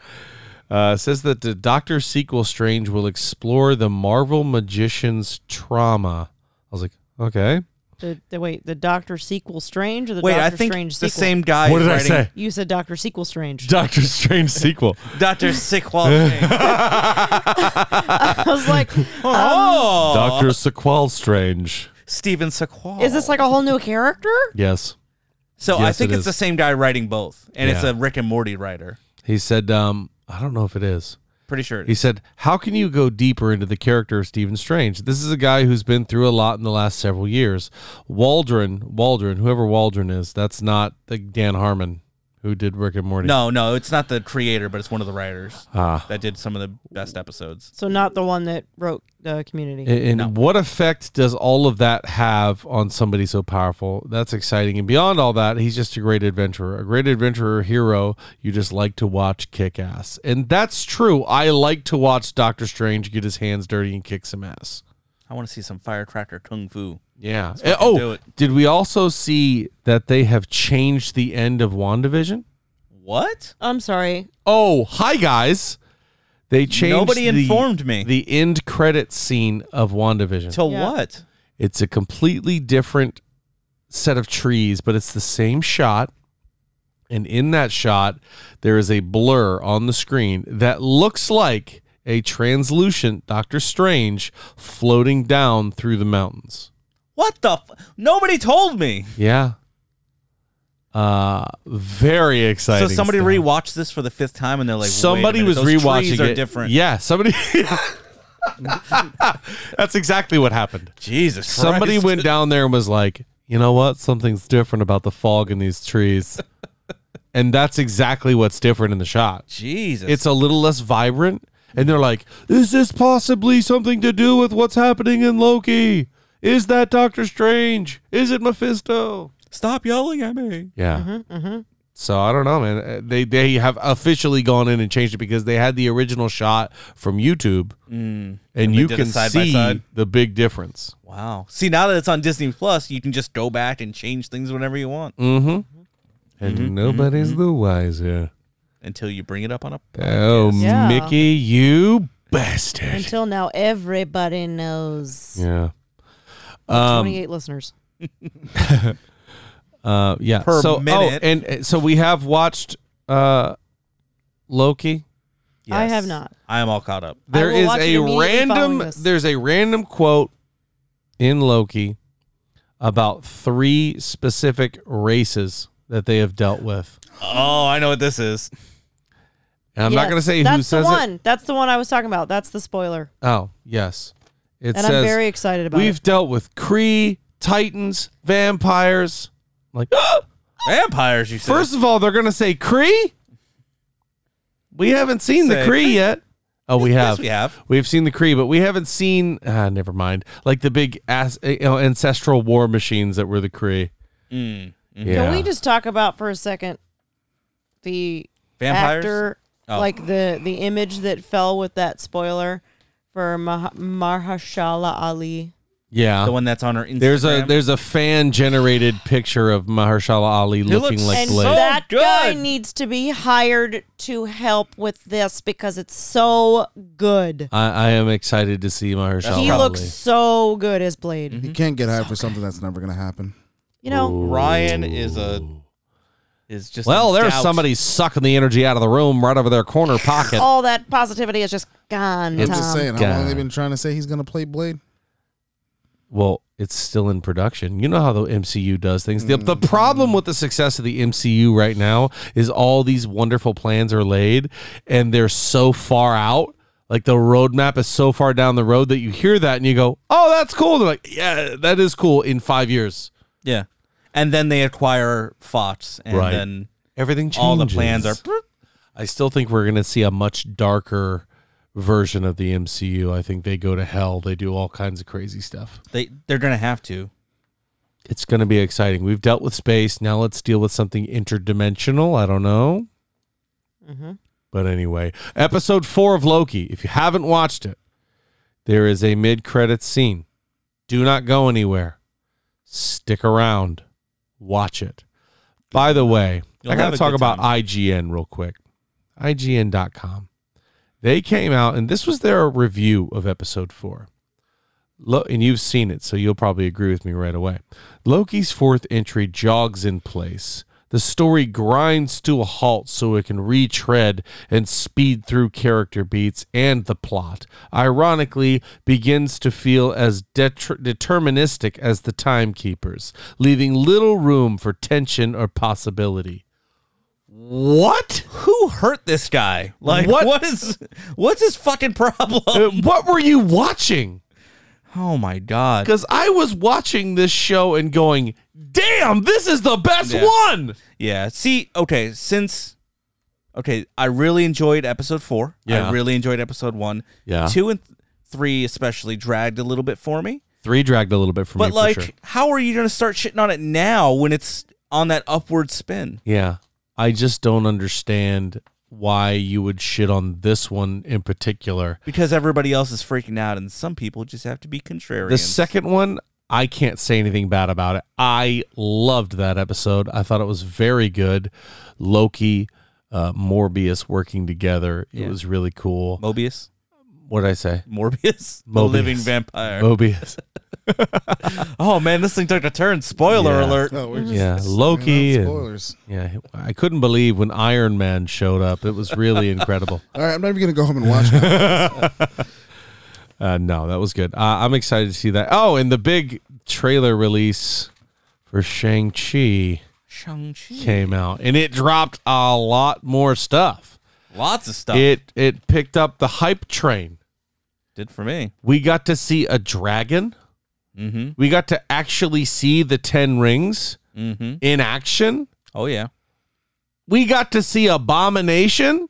A: Uh, says that the Doctor sequel Strange will explore the Marvel magician's trauma. I was like, okay.
D: The, the- wait, the Doctor Sequel Strange or the
B: Wait,
D: Doctor
B: I think
D: Strange
B: the
D: sequel?
B: same guy.
A: what
B: is
A: did I
B: writing
A: say?
D: You said Doctor Sequel Strange.
A: Doctor Strange sequel.
B: Doctor Sequel.
D: I was like,
B: oh,
A: Doctor Sequel Strange.
B: Steven Sequel.
D: is this like a whole new character?
A: Yes.
B: So I
A: Yes,
B: think
A: it
B: it's
A: is.
B: the same guy writing both, and it's
A: Yeah.
B: a Rick and Morty writer.
A: He said, um, I don't know if it is.
B: Pretty sure. It
A: He
B: is.
A: said, How can you go deeper into the character of Stephen Strange? This is a guy who's been through a lot in the last several years. Waldron, Waldron, whoever Waldron is, that's not the Dan Harmon who did Rick and Morty.
B: No, no, it's not the creator, but it's one of the writers
A: Ah.
B: that did some of the best episodes.
D: So not the one that wrote the Community.
A: And, and what effect does all of that have on somebody so powerful? That's exciting. And beyond all that, he's just a great adventurer, a great adventurer hero. You just like to watch kick ass. And that's true. I like to watch Doctor Strange get his hands dirty and kick some ass.
B: I want to see some firecracker kung fu.
A: Yeah. Eh, Oh,
B: do it.
A: did we also see that they have changed the end of WandaVision?
B: What?
D: I'm sorry.
A: Oh, hi guys. They changed
B: Nobody
A: the-
B: informed me.
A: the end credit scene of WandaVision.
B: To
D: Yeah.
B: what?
A: It's a completely different set of trees, but it's the same shot. And in that shot, there is a blur on the screen that looks like a translucent Doctor Strange floating down through the mountains.
B: What the? F- Nobody told me.
A: Yeah. Uh very exciting.
B: So somebody
A: stuff.
B: rewatched this for the fifth time, and they're like, "Wait a
A: somebody
B: minute,
A: was
B: those
A: rewatching
B: trees are
A: it.
B: different.
A: Yeah, somebody That's exactly what happened.
B: Jesus.
A: Somebody
B: Christ.
A: went down there and was like, you know what? Something's different about the fog in these trees. and that's exactly what's different in the shot.
B: Jesus.
A: It's a little less vibrant. And they're like, is this possibly something to do with what's happening in Loki? Is that Doctor Strange? Is it Mephisto?
B: stop yelling at me.
A: Yeah.
B: Mm-hmm,
A: So I don't know, man. Uh, They they have officially gone in and changed it because they had the original shot from YouTube, and
B: Mm. they
A: you
B: did it
A: can
B: side by
A: see
B: side.
A: the big difference.
B: Wow. See, now that it's on Disney Plus, you can just go back and change things whenever you want
A: Mm. And nobody's the wiser.
B: until you bring it up on a.
A: Oh,
D: Yeah.
A: Mickey, you bastard!
D: Until now, everybody knows.
A: yeah. Um,
D: 28 listeners.
A: Uh, yeah.
B: Per
A: so, oh,
B: minute.
A: and uh, so we have watched uh, Loki.
D: I have not.
B: I am all caught up.
A: There
D: will
A: is
D: watch it
A: a
D: immediately following
A: random
D: this.
A: there's a random quote in Loki about three specific races that they have dealt with.
B: Oh, I know what this is.
A: And I'm not
D: Yes,
A: going to say
D: that's
A: who says
D: the
A: it.
D: one. That's the one I was talking about. That's the spoiler,
A: Oh, yes.
D: and
A: It says
D: I'm very excited about
A: we've
D: it.
A: dealt with Kree, Titans, vampires. I'm like
B: Vampires, you said.
A: first of all, they're going to say Kree? We haven't seen
B: Say-
A: the Kree yet. Oh, we
B: Yes,
A: have.
B: we have.
A: We've seen the Kree, but we haven't seen. Ah, never mind. Like the big ass, you know, ancestral war machines that were the Kree.
B: Mm,
A: Yeah.
B: mm-hmm.
D: Can we just talk about for a second the
B: Vampires?
D: actor,
B: Oh.
D: like the the image that fell with that spoiler for Mah- Mahershala Ali?
A: yeah.
B: the one that's on her Instagram.
A: there's a there's a fan generated picture of Mahershala Ali looking
B: looks
A: like
D: and
A: Blade.
B: so-
D: that guy
B: good.
D: needs to be hired to help with this because it's so good.
A: I, I am excited to see Mahershala
D: He
A: Ali.
D: looks so good as Blade.
B: Mm-hmm.
C: You can't get hyped for something that's never going to happen.
D: You know,
B: Ryan is a is just
A: well,
B: in
A: there's
B: doubt.
A: somebody sucking the energy out of the room right over their corner pocket.
D: all that positivity is just gone.
C: I'm
D: Tom.
C: just saying, how long
A: God.
C: they been trying to say he's going to play Blade?
A: well, it's still in production. You know how the MCU does things. The, the problem with the success of the MCU right now is all these wonderful plans are laid and they're so far out. Like the roadmap is so far down the road that you hear that and you go, oh, that's cool. They're like, yeah, that is cool in five years.
B: Yeah. And then they acquire Fox, and
A: Right.
B: then
A: Everything changes.
B: all the plans are.
A: I still think we're going to see a much darker version of the MCU. I think they go to hell. They do all kinds of crazy stuff.
B: They they're gonna have to.
A: It's going to be exciting. We've dealt with space. Now let's deal with something interdimensional. I don't know.
B: Mm-hmm.
A: But anyway, episode four of Loki. If you haven't watched it, there is a mid credits scene. Do not go anywhere. Stick around. Watch it. By the way,
B: You'll
A: I got
B: have
A: to
B: a
A: talk
B: good
A: about
B: time.
A: IGN real quick. IGN.com. They came out, and this was their review of episode four. Lo- and you've seen it, so you'll probably agree with me right away. Loki's fourth entry jogs in place. The story grinds to a halt so it can retread and speed through character beats, and the plot, ironically, begins to feel as detr deterministic as the timekeepers, leaving little room for tension or possibility. What?
B: Who hurt this guy? Like
A: What-
B: what is what's his fucking problem?
A: Uh, what were you watching?
B: Oh my god.
A: Because I was watching this show and going, damn, this is the best
B: Yeah.
A: one.
B: Yeah. See, okay, since okay, I really enjoyed episode four.
A: Yeah.
B: I really enjoyed episode one.
A: Yeah.
B: Two and th- three especially dragged a little bit for me.
A: Three dragged a little bit for me.
B: But
A: for
B: like,
A: sure.
B: how are you gonna start shitting on it now when it's on that upward spin?
A: Yeah. I just don't understand why you would shit on this one in particular.
B: Because everybody else is freaking out, and some people just have to be contrarian.
A: The second one, I can't say anything bad about it. I loved that episode. I thought it was very good. Loki, uh, Morbius working together. It
B: Yeah.
A: was really cool.
B: Mobius,
A: what did I say?
B: Morbius, the
A: Mobius.
B: living vampire.
A: Mobius.
B: oh man, this thing took a turn. Spoiler
A: Yeah.
B: alert!
C: No, Oh, we're just
A: Yeah,
C: spinning
A: Loki
C: out
A: and-
C: Spoilers.
A: Yeah, I couldn't believe when Iron Man showed up. It was really incredible.
C: All right, I'm never gonna go home and watch. it.
A: Uh, no, that was good. Uh, I'm excited to see that. Oh, and the big trailer release for Shang Chi
B: Shang Chi,
A: came out, and it dropped a lot more stuff.
B: lots of stuff
A: It it picked up the hype train.
B: did for me.
A: We got to see a dragon.
B: Mm-hmm.
A: We got to actually see the Ten Rings
B: Mm-hmm.
A: in action.
B: Oh yeah,
A: We got to see Abomination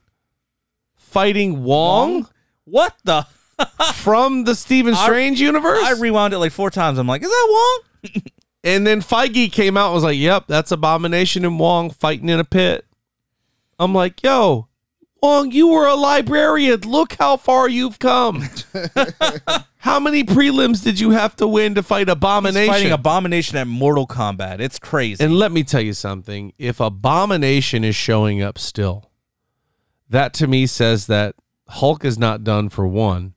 A: fighting Wong
B: what the?
A: from the Stephen
B: I-
A: Strange universe.
B: I rewound it like four times. I'm like, is that Wong?
A: And then Feige came out and was like, "Yep, that's Abomination and Wong fighting in a pit." I'm like, "Yo, Wong, you were a librarian. Look how far you've come. how many prelims did you have to win to fight
B: He's
A: Abomination?"
B: fighting Abomination at Mortal Kombat. It's crazy.
A: and let me tell you something: if Abomination is showing up still, that to me says that Hulk is not done for one.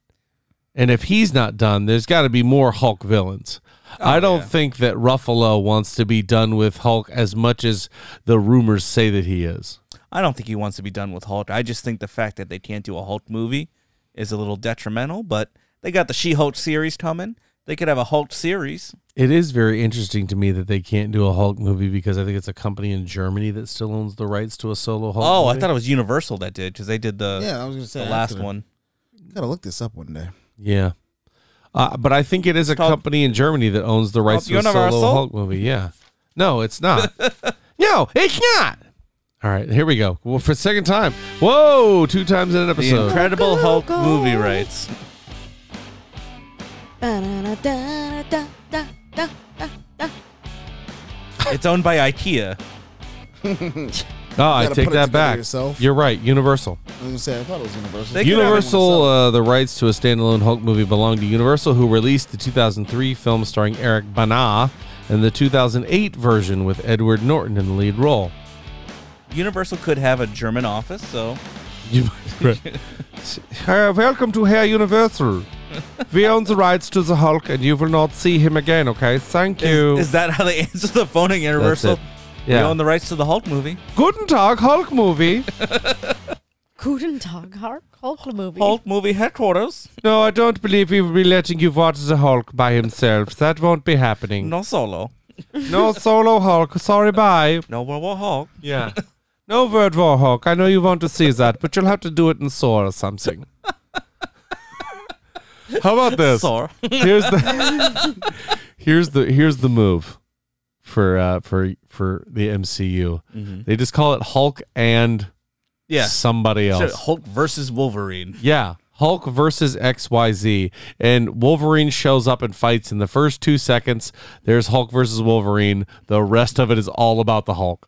A: And if he's not done, there's got to be more Hulk villains. I don't think that Ruffalo wants to be done with Hulk as much as the rumors say that he is.
B: I don't think he wants to be done with Hulk. I just think the fact that they can't do a Hulk movie is a little detrimental. But they got the She-Hulk series coming. They could have a Hulk series.
A: It is very interesting to me that they can't do a Hulk movie because I think it's a company in Germany that still owns the rights to a solo Hulk.
B: Oh, I
A: movie.
B: thought it was Universal that did because they did the
C: yeah, I was gonna say
B: the
C: I
B: last
C: could've-
B: one.
C: Gotta look this up one day.
A: Yeah. Uh, but I think it is a
B: called-
A: company in Germany that owns the rights to a solo
B: Universal?
A: Hulk movie. Yeah. No, it's not. no, it's not. All right, here we go. Well, for the second time. Whoa, two times in an
B: The
A: episode.
B: Incredible Hulk movie rights. It's owned by IKEA.
A: oh, I
C: gotta
A: take
C: put it
A: that
C: together
A: back.
C: yourself.
A: You're right. Universal.
C: I was gonna say I thought it was Universal.
B: They- could have
A: Universal, uh, the rights to a standalone Hulk movie belonged to Universal, who released the 2003 film starring Eric Bana and the 2008 version with Edward Norton in the lead role.
B: Universal could have a German office, so
A: You- Uh, welcome to Herr Universal. We own the rights to the Hulk, and you will not see him again. Okay, thank you.
B: is, is that how they answer the phone at
A: That's
B: Universal?
A: it.
B: We
A: Yeah.
B: own the rights to the Hulk movie.
A: Guten Tag, Hulk movie.
D: Guten Tag, Hulk, Hulk movie.
B: Hulk movie headquarters.
A: No, I don't believe we will be letting you watch the Hulk by himself. That won't be happening.
B: No solo.
A: No solo Hulk. Sorry, bye.
B: No World War Hulk.
A: Yeah. No word war Hulk. I know you want to see that, but you'll have to do it in Saw or something. How about this?
B: Sorry.
A: here's the here's the here's the move for uh for for the MCU. They just call it Hulk and
B: Mm-hmm. Yeah.
A: somebody
B: Shit,
A: else.
B: Hulk versus Wolverine.
A: Yeah. Hulk versus XYZ. And Wolverine shows up and fights in the first two seconds. There's Hulk versus Wolverine. The rest of it is all about the Hulk.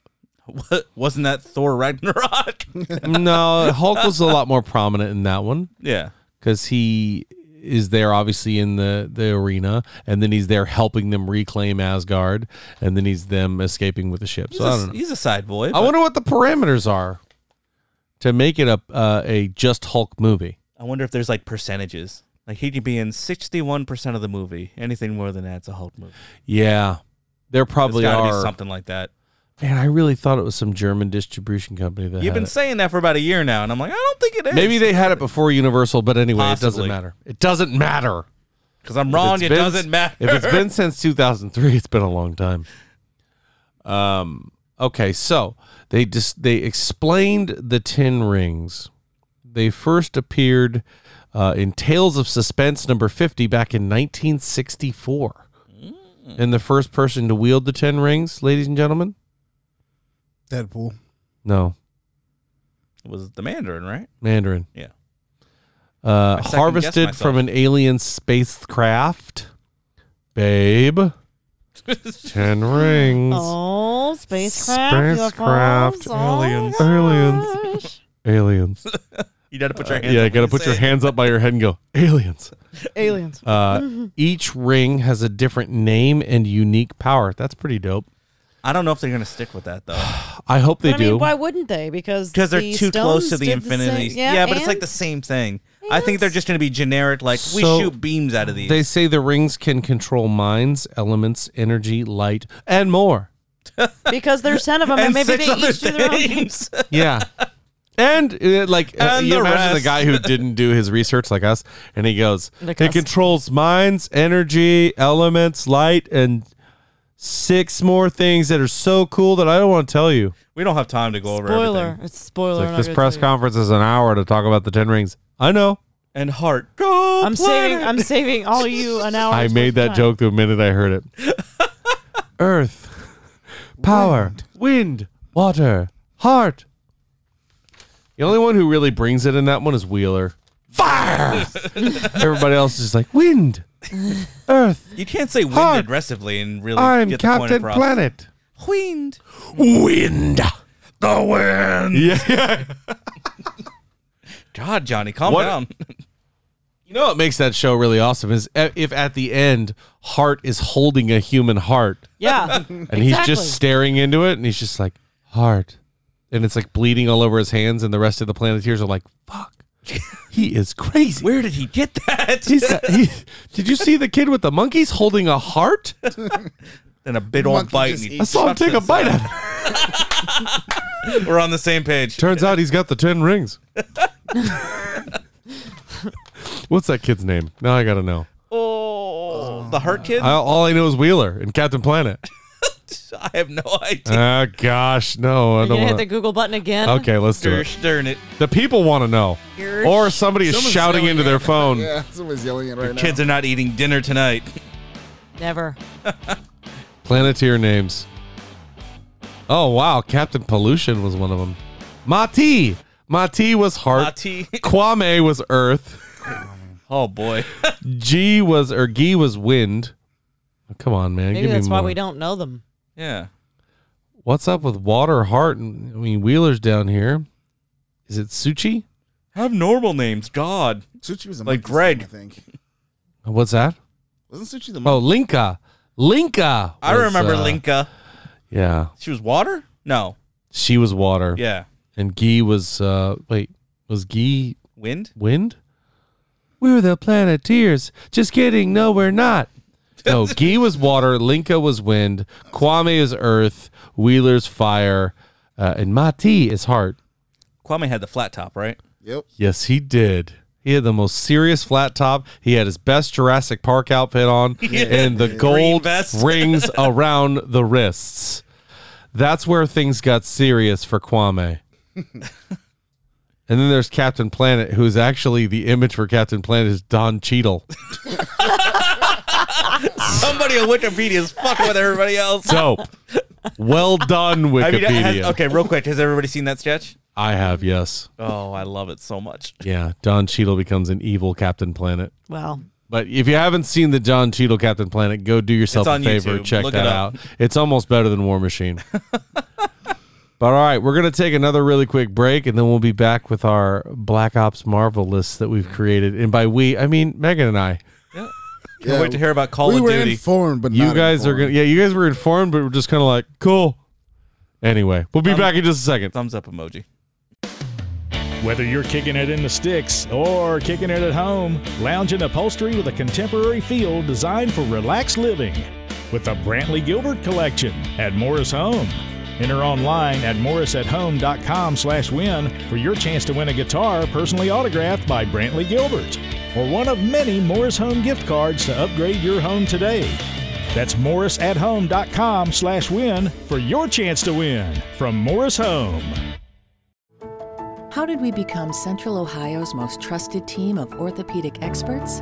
B: What? Wasn't that Thor Ragnarok?
A: no, Hulk was a lot more prominent in that one
B: yeah.
A: because he is there obviously in the, the arena and then he's there helping them reclaim Asgard and then he's them escaping with the ship.
B: He's,
A: So I
B: a,
A: don't know.
B: he's a side boy.
A: I
B: but
A: wonder what the parameters are to make it a uh, a just Hulk movie.
B: I wonder if there's like percentages. Like he could be in 61% of the movie. Anything more than that's a Hulk movie.
A: Yeah. There
B: There's
A: probably
B: got to
A: are
B: be something like that.
A: Man, I really thought it was some German distribution company that had
B: You've been
A: it.
B: saying that for about a year now, and I'm like, I don't think it is.
A: Maybe they had it before Universal, but anyway, it doesn't
B: Possibly.
A: matter. It doesn't matter.
B: because I'm wrong.
A: It's
B: It
A: been-
B: doesn't matter.
A: If it's been since 2003, it's been a long time. Um. Okay, so they just they explained the Ten Rings. They first appeared uh, in Tales of Suspense number 50 back in 1964.
B: Mm.
A: And the first person to wield the Ten Rings, ladies and gentlemen?
C: Deadpool.
A: No,
B: It was the Mandarin, right?
A: Mandarin.
B: Yeah.
A: uh,
B: second-guessed
A: harvested from an alien spacecraft. Babe, ten rings.
D: Oh, spacecraft,
A: Spacecraft,
D: UFOs, oh,
A: aliens.
D: gosh.
A: Aliens. Aliens.
B: You got to put your hands.
A: Uh, yeah,
B: up
A: gotta
B: when you
A: put your
B: say it.
A: hands up by your head and go aliens.
D: aliens.
A: Uh, each ring has a different name and unique power. That's pretty dope.
B: I don't know if they're gonna stick with that though,
A: I hope they
D: I
A: do.
D: mean, why wouldn't they? Because
B: because they're
D: the
B: too close to
D: Stones
B: the
D: did same-
B: infinity.
D: yeah,
B: but it's like
D: and-
B: the same thing. I think they're
D: And-
B: just gonna be generic. Like we
A: So-
B: shoot beams out of these.
A: they say the rings can control minds, elements, energy, light, and more.
D: because there's ten of them, and,
B: and
D: maybe
B: six
D: they
B: other
D: each do their own.
B: things.
A: Yeah. And uh, like, uh,
B: And
A: you
B: the
A: imagine the
B: rest.
A: guy who didn't do his research like us, and he goes,
D: Like
A: "It
D: us.
A: controls minds, energy, elements, light, and six more things that are so cool that I don't want to tell you."
B: we don't have time to go over
D: Spoiler.
B: everything.
D: It's spoiler.
A: Like
D: I'm not
A: this
D: gonna
A: press
D: tell you.
A: conference is an hour to talk about the Ten Rings. I know.
B: And heart. Go.
D: I'm saving. I'm saving all you an hour.
A: I
D: worth
A: made
D: of
A: that
D: time.
A: joke the minute I heard it. Earth, power, wind, water, heart. The only one who really brings it in that one is Wheeler. Fire! Everybody else is like wind, earth.
B: You can't say wind
A: Heart.
B: aggressively and really
A: I'm
B: get the
A: Captain
B: point across.
A: Planet.
B: Wind.
A: Wind.
B: The wind.
A: Yeah.
B: God, Johnny, calm
A: What-
B: down.
A: You know what makes that show really awesome is a- if at the end Heart is holding a human heart
D: Yeah.
A: and he's just staring into it and he's just like heart and it's like bleeding all over his hands and the rest of the planeteers are like fuck he is crazy
B: Where did he get that?
A: He's got- he- did you see the kid with the monkeys holding a heart
B: and a bit old
C: Monkey
B: bite.
C: just
B: and he
A: i saw him
B: chucks
A: take a
B: us
A: bite
B: out.
A: out of it
B: We're on the same page.
A: turns out he's got the ten rings what's that kid's name now i gotta know
B: Oh, the heart kid.
A: I, all i know is wheeler and captain planet
B: I have no idea.
A: ah gosh no
D: You're
A: i don't
D: gonna hit
A: want
D: the
A: to
D: Google button again.
A: okay let's do
B: Stir,
A: it
B: stirring it.
A: the people want to know
D: You're-
A: or somebody is
C: Someone's
A: shouting
C: yelling
A: into
C: at
A: their
C: it.
A: phone
C: Yeah, somebody's yelling it right now.
B: Kids are not eating dinner tonight.
D: Never.
A: Planeteer names. Oh wow, Captain Pollution was one of them. Mati. Mati was heart.
B: Mati.
A: Kwame was earth.
B: Oh boy.
A: G was or G was wind. Oh, come on, man.
D: Maybe
A: give
D: that's
A: me
D: why
A: more.
D: we don't know them.
B: yeah.
A: What's up with water, heart, and I mean Wheeler's down here. Is it Suchi?
B: Have normal names. God.
C: Suchi was a
B: Like
C: monkey's
B: Greg.
C: name, I think.
A: What's that?
C: Wasn't Suchi the
A: Oh,
C: monkey?
A: Linka. Linka.
B: Mm. I
A: was,
B: remember
A: uh,
B: Linka.
A: Yeah.
B: She was water? No.
A: She was water.
B: Yeah.
A: And G was uh wait, was G
B: Wind?
A: Wind? We're the Planeteers. Just kidding. No, we're not. No, Gee was water. Linka was wind. Kwame is earth. Wheeler's fire. Uh, and Mati is heart.
B: Kwame had the flat top, right?
C: Yep.
A: Yes, he did. He had the most serious flat top. He had his best Jurassic Park outfit on and the gold
B: vest.
A: rings around the wrists. That's where things got serious for Kwame. and then there's Captain Planet, who's actually the image for Captain Planet is Don Cheadle.
B: Somebody on Wikipedia is fucking with everybody else.
A: Dope. Well done,
B: I mean,
A: Wikipedia. I,
B: has, okay, real quick, has everybody seen that sketch?
A: have, yes.
B: Oh, I love it so much.
A: Yeah, Don Cheadle becomes an evil Captain Planet.
D: Well,
A: But if you haven't seen the John Cheadle Captain Planet, go do yourself
B: It's
A: a
B: on
A: favor.
B: YouTube.
A: Check
B: Look
A: that
B: it
A: out.
B: up.
A: It's almost better than War Machine. but all right, we're going to take another really quick break and then we'll be back with our Black Ops Marvel list that we've created. And by we, I mean Megan and I.
B: Can't
C: Yeah,
B: wait to hear about Call
C: we
B: of
C: were
B: Duty.
C: informed, but
A: You
C: not
A: guys are going
C: informed.
A: to, yeah, you guys were informed, but we're just kind of like, cool. Anyway, we'll
B: Um,
A: be back in just a second.
B: Thumbs up emoji.
F: Whether you're kicking it in the sticks or kicking it at home, lounge in upholstery with a contemporary feel designed for relaxed living with the Brantley Gilbert Collection at Morris Home. Enter online at morrisathome.com slash win for your chance to win a guitar personally autographed by Brantley Gilbert or one of many Morris Home gift cards to upgrade your home today. That's morrisathome.com slash win for your chance to win from Morris Home.
G: How did we become Central Ohio's most trusted team of orthopedic experts?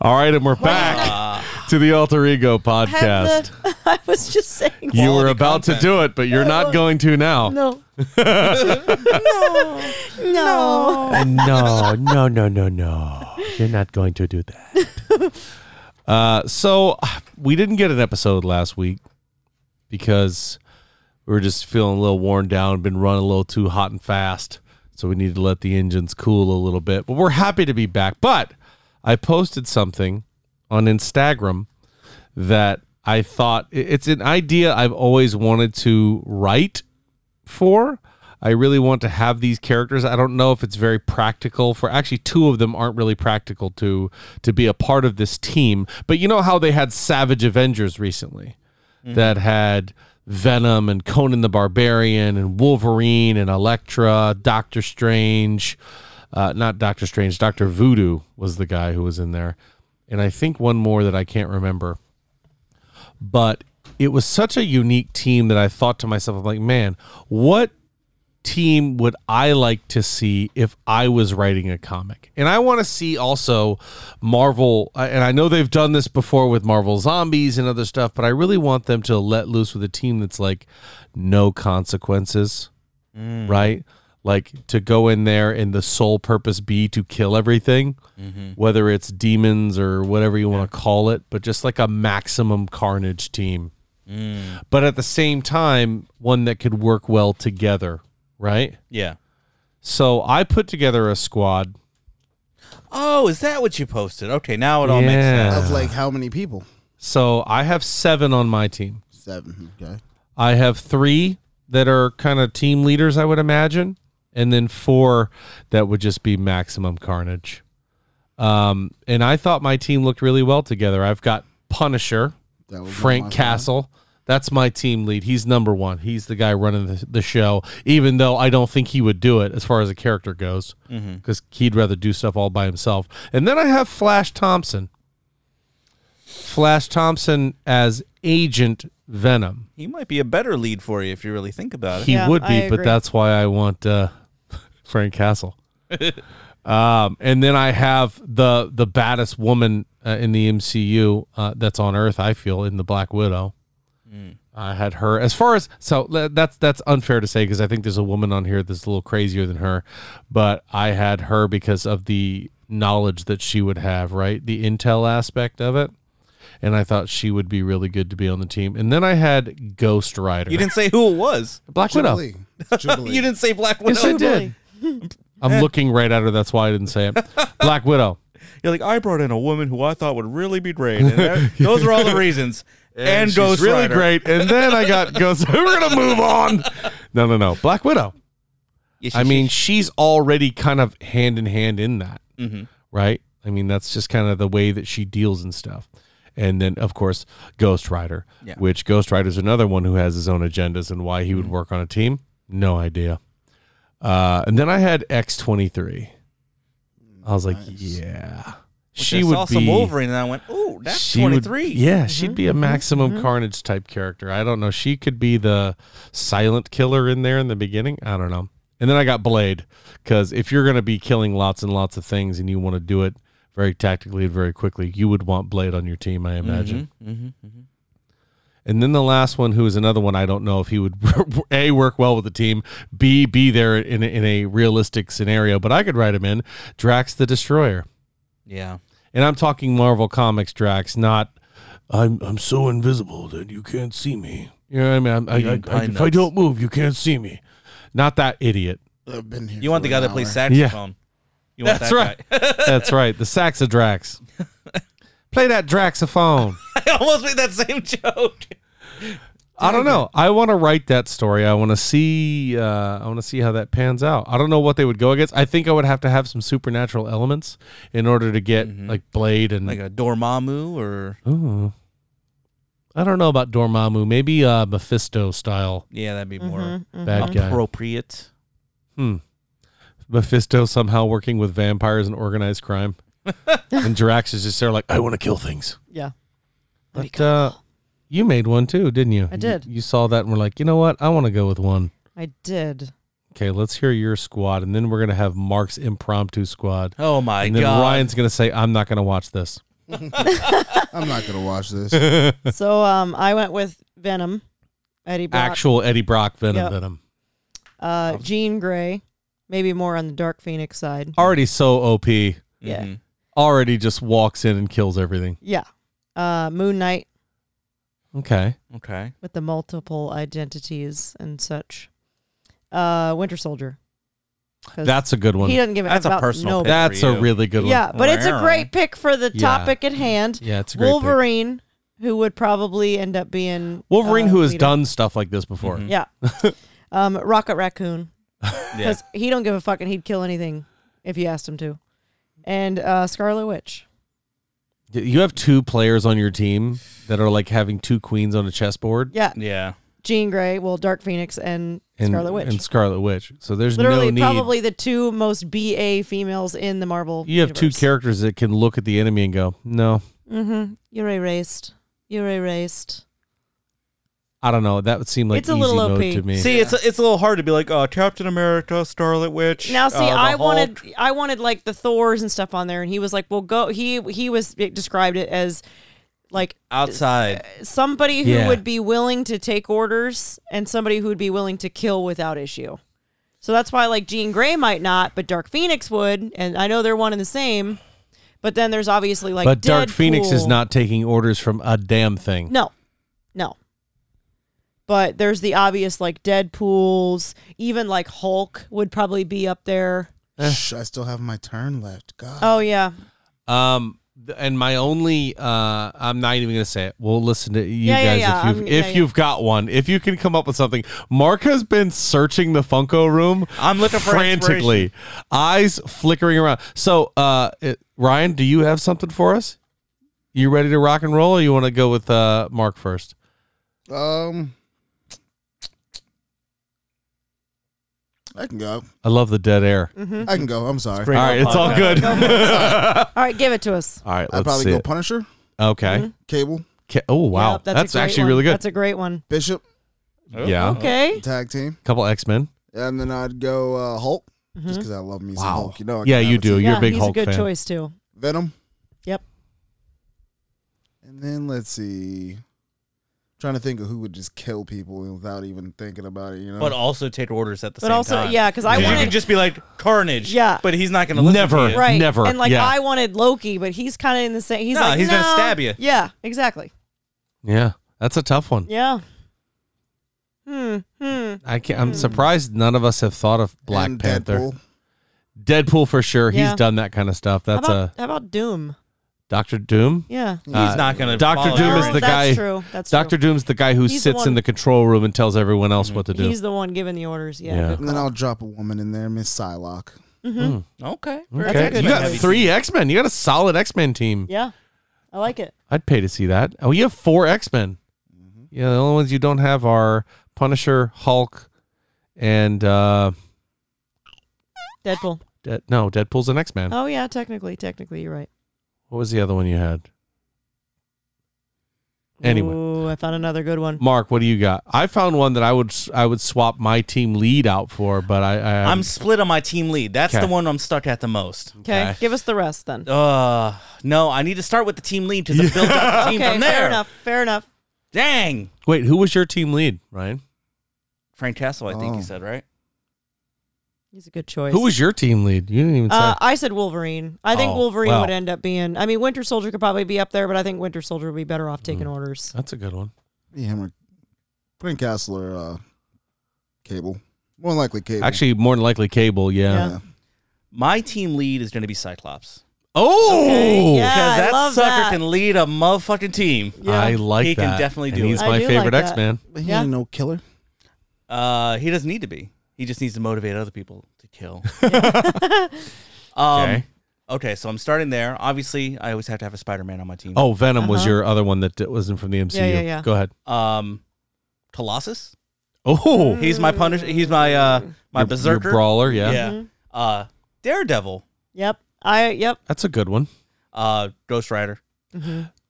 A: All right, and we're back to the Alter Ego
D: had
A: podcast.
D: the- I was just saying.
A: You were
B: quality
A: about
B: content.
A: to
B: Oh.
A: do it, but you're not going to now.
D: no. no. No.
A: no, no, no, no, no. You're not going to do that. uh, so we didn't get an episode last week because we were just feeling a little worn down, been running a little too hot and fast. So we needed to let the engines cool a little bit. But we're happy to be back. But I posted something on Instagram that I thought it- it's an idea I've always wanted to write for. I really want to have these characters. I don't know if it's very practical for actually two of them aren't really practical to to be a part of this team. But you know how they had Savage Avengers recently that had Venom and Conan the Barbarian and Wolverine and Elektra, Doctor Strange, uh, not Doctor Strange, Doctor Voodoo was the guy who was in there. And I think one more that I can't remember but it was such a unique team that I thought to myself, I'm like, man, what team would I like to see if I was writing a comic? And I want to see also Marvel, I- and I know they've done this before with Marvel Zombies and other stuff, but I really want them to let loose with a team that's like no consequences, right? Like to go in there and the sole purpose be to kill everything, whether it's demons or whatever you want to call it, but just like a maximum carnage team but at the same time, one that could work well together, right?
B: Yeah.
A: So I put together a squad.
B: Oh, is that what you posted? Okay, now it all makes
A: Yeah.
B: sense.
A: Uh,
C: Of like how many people?
A: So I have seven on my team.
C: Seven. Okay.
A: I have three that are kind of team leaders, I would imagine, and then four that would just be maximum carnage. Um, and I thought my team looked really well together. I've got Punisher,
C: That was
A: Frank Castle. That's my team lead. He's number one. He's the guy running the, the show, even though I don't think he would do it as far as a character goes, because he'd rather do stuff all by himself. And then I have Flash Thompson. Flash Thompson as Agent Venom.
B: He might be a better lead for you if you really think about it.
A: He
D: Yeah,
A: would be,
D: I
A: but
D: agree.
A: that's why I want uh, Frank Castle. Um, and then I have the the baddest woman uh, in the MCU uh, that's on Earth. I feel in the Black Widow.
B: Mm.
A: I had her as far as so le- that's that's unfair to say because I think there's a woman on here that's a little crazier than her, but I had her because of the knowledge that she would have, right? The intel aspect of it. And I thought she would be really good to be on the team. And then I had Ghost Rider.
B: You didn't say who it was.
A: Black Widow.
C: Jubilee. Jubilee.
B: You didn't say Black Widow.
A: Yes, I did. I'm looking right at her. That's why I didn't say it. Black Widow.
B: You're like, I brought in a woman who I thought would really be great. And that- those are all the reasons. And,
A: she's
B: Ghost
A: really
B: Rider.
A: great. And then I got Ghost. We're gonna move on. No, no, no. Black Widow.
B: Yeah, she-
A: I
B: she-
A: mean, she's already kind of hand in hand in that,
B: Mm-hmm.
A: right? I mean, that's just kind of the way that she deals and stuff. And then, of course, Ghost Rider,
B: Yeah. Mm-hmm.
A: which Ghost Rider is another one who has his own agendas and why he would work on a team. No idea. Uh, and then I had X twenty three. I was like, yeah,
B: Which
A: she
B: I
A: would
B: saw
A: be
B: some Wolverine, and I went, "Ooh, that's
A: she would-
B: 23."
A: yeah, she'd be a maximum carnage type character. I don't know. She could be the silent killer in there in the beginning. I don't know. And then I got Blade because if you're going to be killing lots and lots of things and you want to do it very tactically and very quickly, you would want Blade on your team, I imagine. And then the last one, who is another one, I don't know if he would a work well with the team, b be there in a, in a realistic scenario, but I could write him in Drax the Destroyer
B: yeah.
A: and I'm talking Marvel Comics Drax, not I'm I'm so invisible that you can't see me. You know what I mean? I'm, I, I,
B: mean
A: I-
B: pine
A: if I
B: nuts.
A: don't move, you can't see me. Not that idiot.
C: I've been here
B: You want
C: for
B: the guy
C: an
B: that
C: hour.
B: plays saxophone? You want
A: That's
B: that
A: right.
B: guy.
A: That's right. The sax of Drax. Play that Draxophone.
B: I almost made that same joke.
A: I don't know. I want to write that story. I want to see. Uh, I want to see how that pans out. I don't know what they would go against. I think I would have to have some supernatural elements in order to get like Blade and
B: Mm-hmm. Like a Dormammu or
A: Ooh. I don't know about Dormammu. Maybe uh, Mephisto style
B: yeah, that'd
D: Mm-hmm.
B: be more uh,
A: bad guy.
B: appropriate.
A: Hmm. Mephisto somehow working with vampires and organized crime. and Drax is just there like, I want to kill things.
D: Yeah. That'd be
A: But uh, you made one too, didn't you?
D: I did.
A: You, you saw that and were like, you know what? I want to go with one.
D: I did.
A: Okay, let's hear your squad. And then we're going to have Mark's impromptu squad.
B: Oh my
A: and then
B: god!
A: Ryan's going to say, I'm not going to watch this.
C: I'm not gonna watch this.
D: so um, I went with Venom, Eddie Brock,
A: Actual Eddie Brock Venom
D: Yep.
A: Venom.
D: uh, Jean Grey, maybe more on the Dark Phoenix side.
A: Already so OP.
D: Oh, Yeah.
A: Mm-hmm.
B: Mhm.
A: Already just walks in and kills everything.
D: Yeah. Uh, Moon Knight
A: Okay.
B: Okay.
D: with the multiple identities and such. Uh, Winter Soldier. 'Cause
A: That's a good one.
D: he doesn't give a
B: That's a
D: about
B: personal
D: nobody.
B: pick.
A: That's
B: for
A: a
B: you.
A: really good
D: Yeah,
A: one.
D: but it's a
B: Wow.
D: great pick for the
A: Yeah.
D: topic at hand.
A: Yeah, it's a great pick.
D: Wolverine, who would probably end up being
A: Wolverine,
D: uh,
A: who has
D: leader.
A: done stuff like this before.
D: Yeah. um, Rocket Raccoon.
B: Yeah.
D: Because he don't give a fuck and he'd kill anything if you asked him to. And uh, Scarlet Witch.
A: Y- You have two players on your team that are like having two queens on a chessboard.
D: Yeah.
B: Yeah.
D: Jean Grey, well, Dark Phoenix and,
A: And,
D: Scarlet Witch.
A: And Scarlet Witch. So there's
D: Literally
A: no need.
D: probably the two most BA females in the Marvel
A: you have two
D: universe.
A: characters that can look at the enemy and go, no,
D: Mm-hmm. You're erased. You're erased.
A: I don't know. That would seem like
D: It's a
A: easy
D: little
A: mode
D: OP.
A: to me.
B: See, it's a, it's a little hard to be like uh, Captain America, Scarlet Witch.
D: Now see
B: uh, the
D: I
B: Hulk.
D: wanted I wanted like the Thors and stuff on there and he was like, "Well, go he he was it described it as like
B: outside.
D: somebody who
A: Yeah.
D: would be willing to take orders and somebody who would be willing to kill without issue. So that's why like Jean Grey might not, but Dark Phoenix would, and I know they're one and the same. But then there's obviously like
A: but Dark Phoenix is
D: Deadpool.
A: not taking orders from a damn thing.
D: No, no. But there's the obvious like Deadpool's, even like Hulk would probably be up there.
C: Shh, I still have my turn left. God.
D: Oh yeah,
A: Um, th- and my only, uh, I'm not even gonna say it. We'll listen to you
D: Yeah, yeah,
A: guys
D: yeah.
A: if you've
D: I'm-
A: if
D: yeah, yeah.
A: you've got one. If you can come up with something, Mark has been searching the Funko room.
B: I'm looking for
A: frantically, eyes flickering around. So, uh, it, Ryan, do you have something for us? You ready to rock and roll? Or you want to go with uh, Mark first?
B: Oh.
C: Um, I can go.
A: I love the dead air.
B: Hmm?
C: I can go. I'm sorry.
A: All right, it's all good.
D: all right, give it to us.
A: all right,
C: I
A: let's
C: probably
A: see.
C: go
A: it.
C: Punisher,
A: Okay.
C: Cable,
A: Ca- Oh wow,
D: Mm-hmm. Yep,
A: that's,
D: a great
A: actually
D: one.
A: really good. Oh.
D: That's a great one.
C: Bishop,
A: yeah,
D: Okay,
C: tag team,
A: couple X Men.
C: and then I'd go uh, Hulk,
B: Mm-hmm.
C: just because I love me some
A: Wow.
C: Hulk. You know, I
A: Yeah,
C: can
A: you
C: have it.
A: do. You're
D: yeah,
A: a big
D: he's
A: Hulk
D: a good
A: fan.
D: choice too.
C: Venom.
D: Yep.
C: And then let's see. trying to think of who would just kill people without even thinking about it. You know,
B: but also take orders at the
D: But
B: same
D: also-
B: time.
D: yeah, 'cause I
B: you
D: wanted-
B: could just be like Carnage.
D: Yeah.
B: but he's not going to listen
A: Never.
B: To you.
D: Right.
A: Never,
D: And like
A: yeah.
D: I wanted Loki, but he's kind of in the same. He's
B: No,
D: like,
B: he's gonna
D: "No."
B: stab you.
D: Yeah, exactly.
A: Yeah, that's a tough one.
D: Yeah. Hmm. Hmm.
A: I can't, I'm surprised none of us have thought of Black
C: And
A: Panther.
C: Deadpool.
A: Deadpool. for sure.
D: Yeah.
A: He's done that kind of stuff.
D: How
A: That's uh,
D: about,
A: a
D: how about Doom?
A: Doctor Doom.
D: Yeah.
B: He's not going to.
A: Doctor Doom
D: Well,
A: is the
D: that's
A: guy.
D: True. That's
A: Doctor
D: True.
A: Doom's the guy who
D: He's the
A: sits
D: one-
A: in the control room and tells everyone else what to do.
D: He's the one giving the orders. Yeah.
A: Yeah.
D: good
C: And then
D: call.
C: I'll drop a woman in there, Miss Psylocke.
B: Okay.
D: That's a good
A: you got
D: choice.
A: three X Men. You got a solid X Men team.
D: Yeah. I like it.
A: I'd pay to see that. Oh, you have four X Men.
C: Mm-hmm.
A: Yeah, the only ones you don't have are Punisher, Hulk, and uh,
D: Deadpool.
A: De- no, Deadpool's an X Man.
D: Oh yeah, technically, technically, you're right.
A: What was the other one you had? Anyway,
D: Ooh, I found another good one.
A: Mark, what do you got? I found one that I would s- I would swap my team lead out for, but I, I
B: I'm split on my team lead. That's
A: Okay.
B: the one I'm stuck at the most.
D: Okay.
A: Okay.
D: Give us the rest
A: Oh,
D: then.
B: Uh no, I need to start with the team lead because it builds up the team
D: okay.
B: from there.
D: Fair enough. Fair enough.
B: Dang.
A: wait. Who was your team lead, Ryan?
B: Frank Castle, I think you
C: Oh.
B: said right.
D: He's a good choice.
A: Who was your team lead? You didn't even say.
D: Uh, I said Wolverine. I think
A: Oh,
D: Wolverine
A: wow.
D: would end up being. I mean, Winter Soldier could probably be up there, but I think Winter Soldier would be better off taking
A: Mm.
D: orders.
A: That's a good one.
C: Me, him, or Frank Castle or uh, Cable. More than likely, Cable.
A: Actually, more than likely Cable. Yeah.
D: Yeah.
B: My team lead is going to be Cyclops
A: Oh,
D: Okay, yeah.
B: because
D: I
B: that
D: love
B: sucker
D: that.
B: can lead a motherfucking team.
A: I like
B: He
A: that.
B: can definitely
A: And
B: do it.
A: He's
D: I
A: my
D: do like
A: favorite
D: that.
A: X Man.
C: but he
D: Yeah.
C: ain't no killer.
B: Uh, he doesn't need to be. He just needs to motivate other people to kill. um,
A: Okay.
B: okay. so I'm starting there. Obviously, I always have to have a Spider-Man on my team.
A: Oh, Venom was
D: Uh-huh.
A: your other one that d- wasn't from the MCU.
D: yeah, yeah.
A: Go ahead.
B: Um, Colossus.
A: Oh,
B: He's my punish. He's my uh
D: Mm.
B: my
A: Your- your
B: berserker.
A: brawler. Yeah.
B: Yeah.
D: Mm-hmm.
B: Uh, Daredevil.
D: Yep. I. Yep.
A: that's a good one.
B: Uh, Ghost Rider.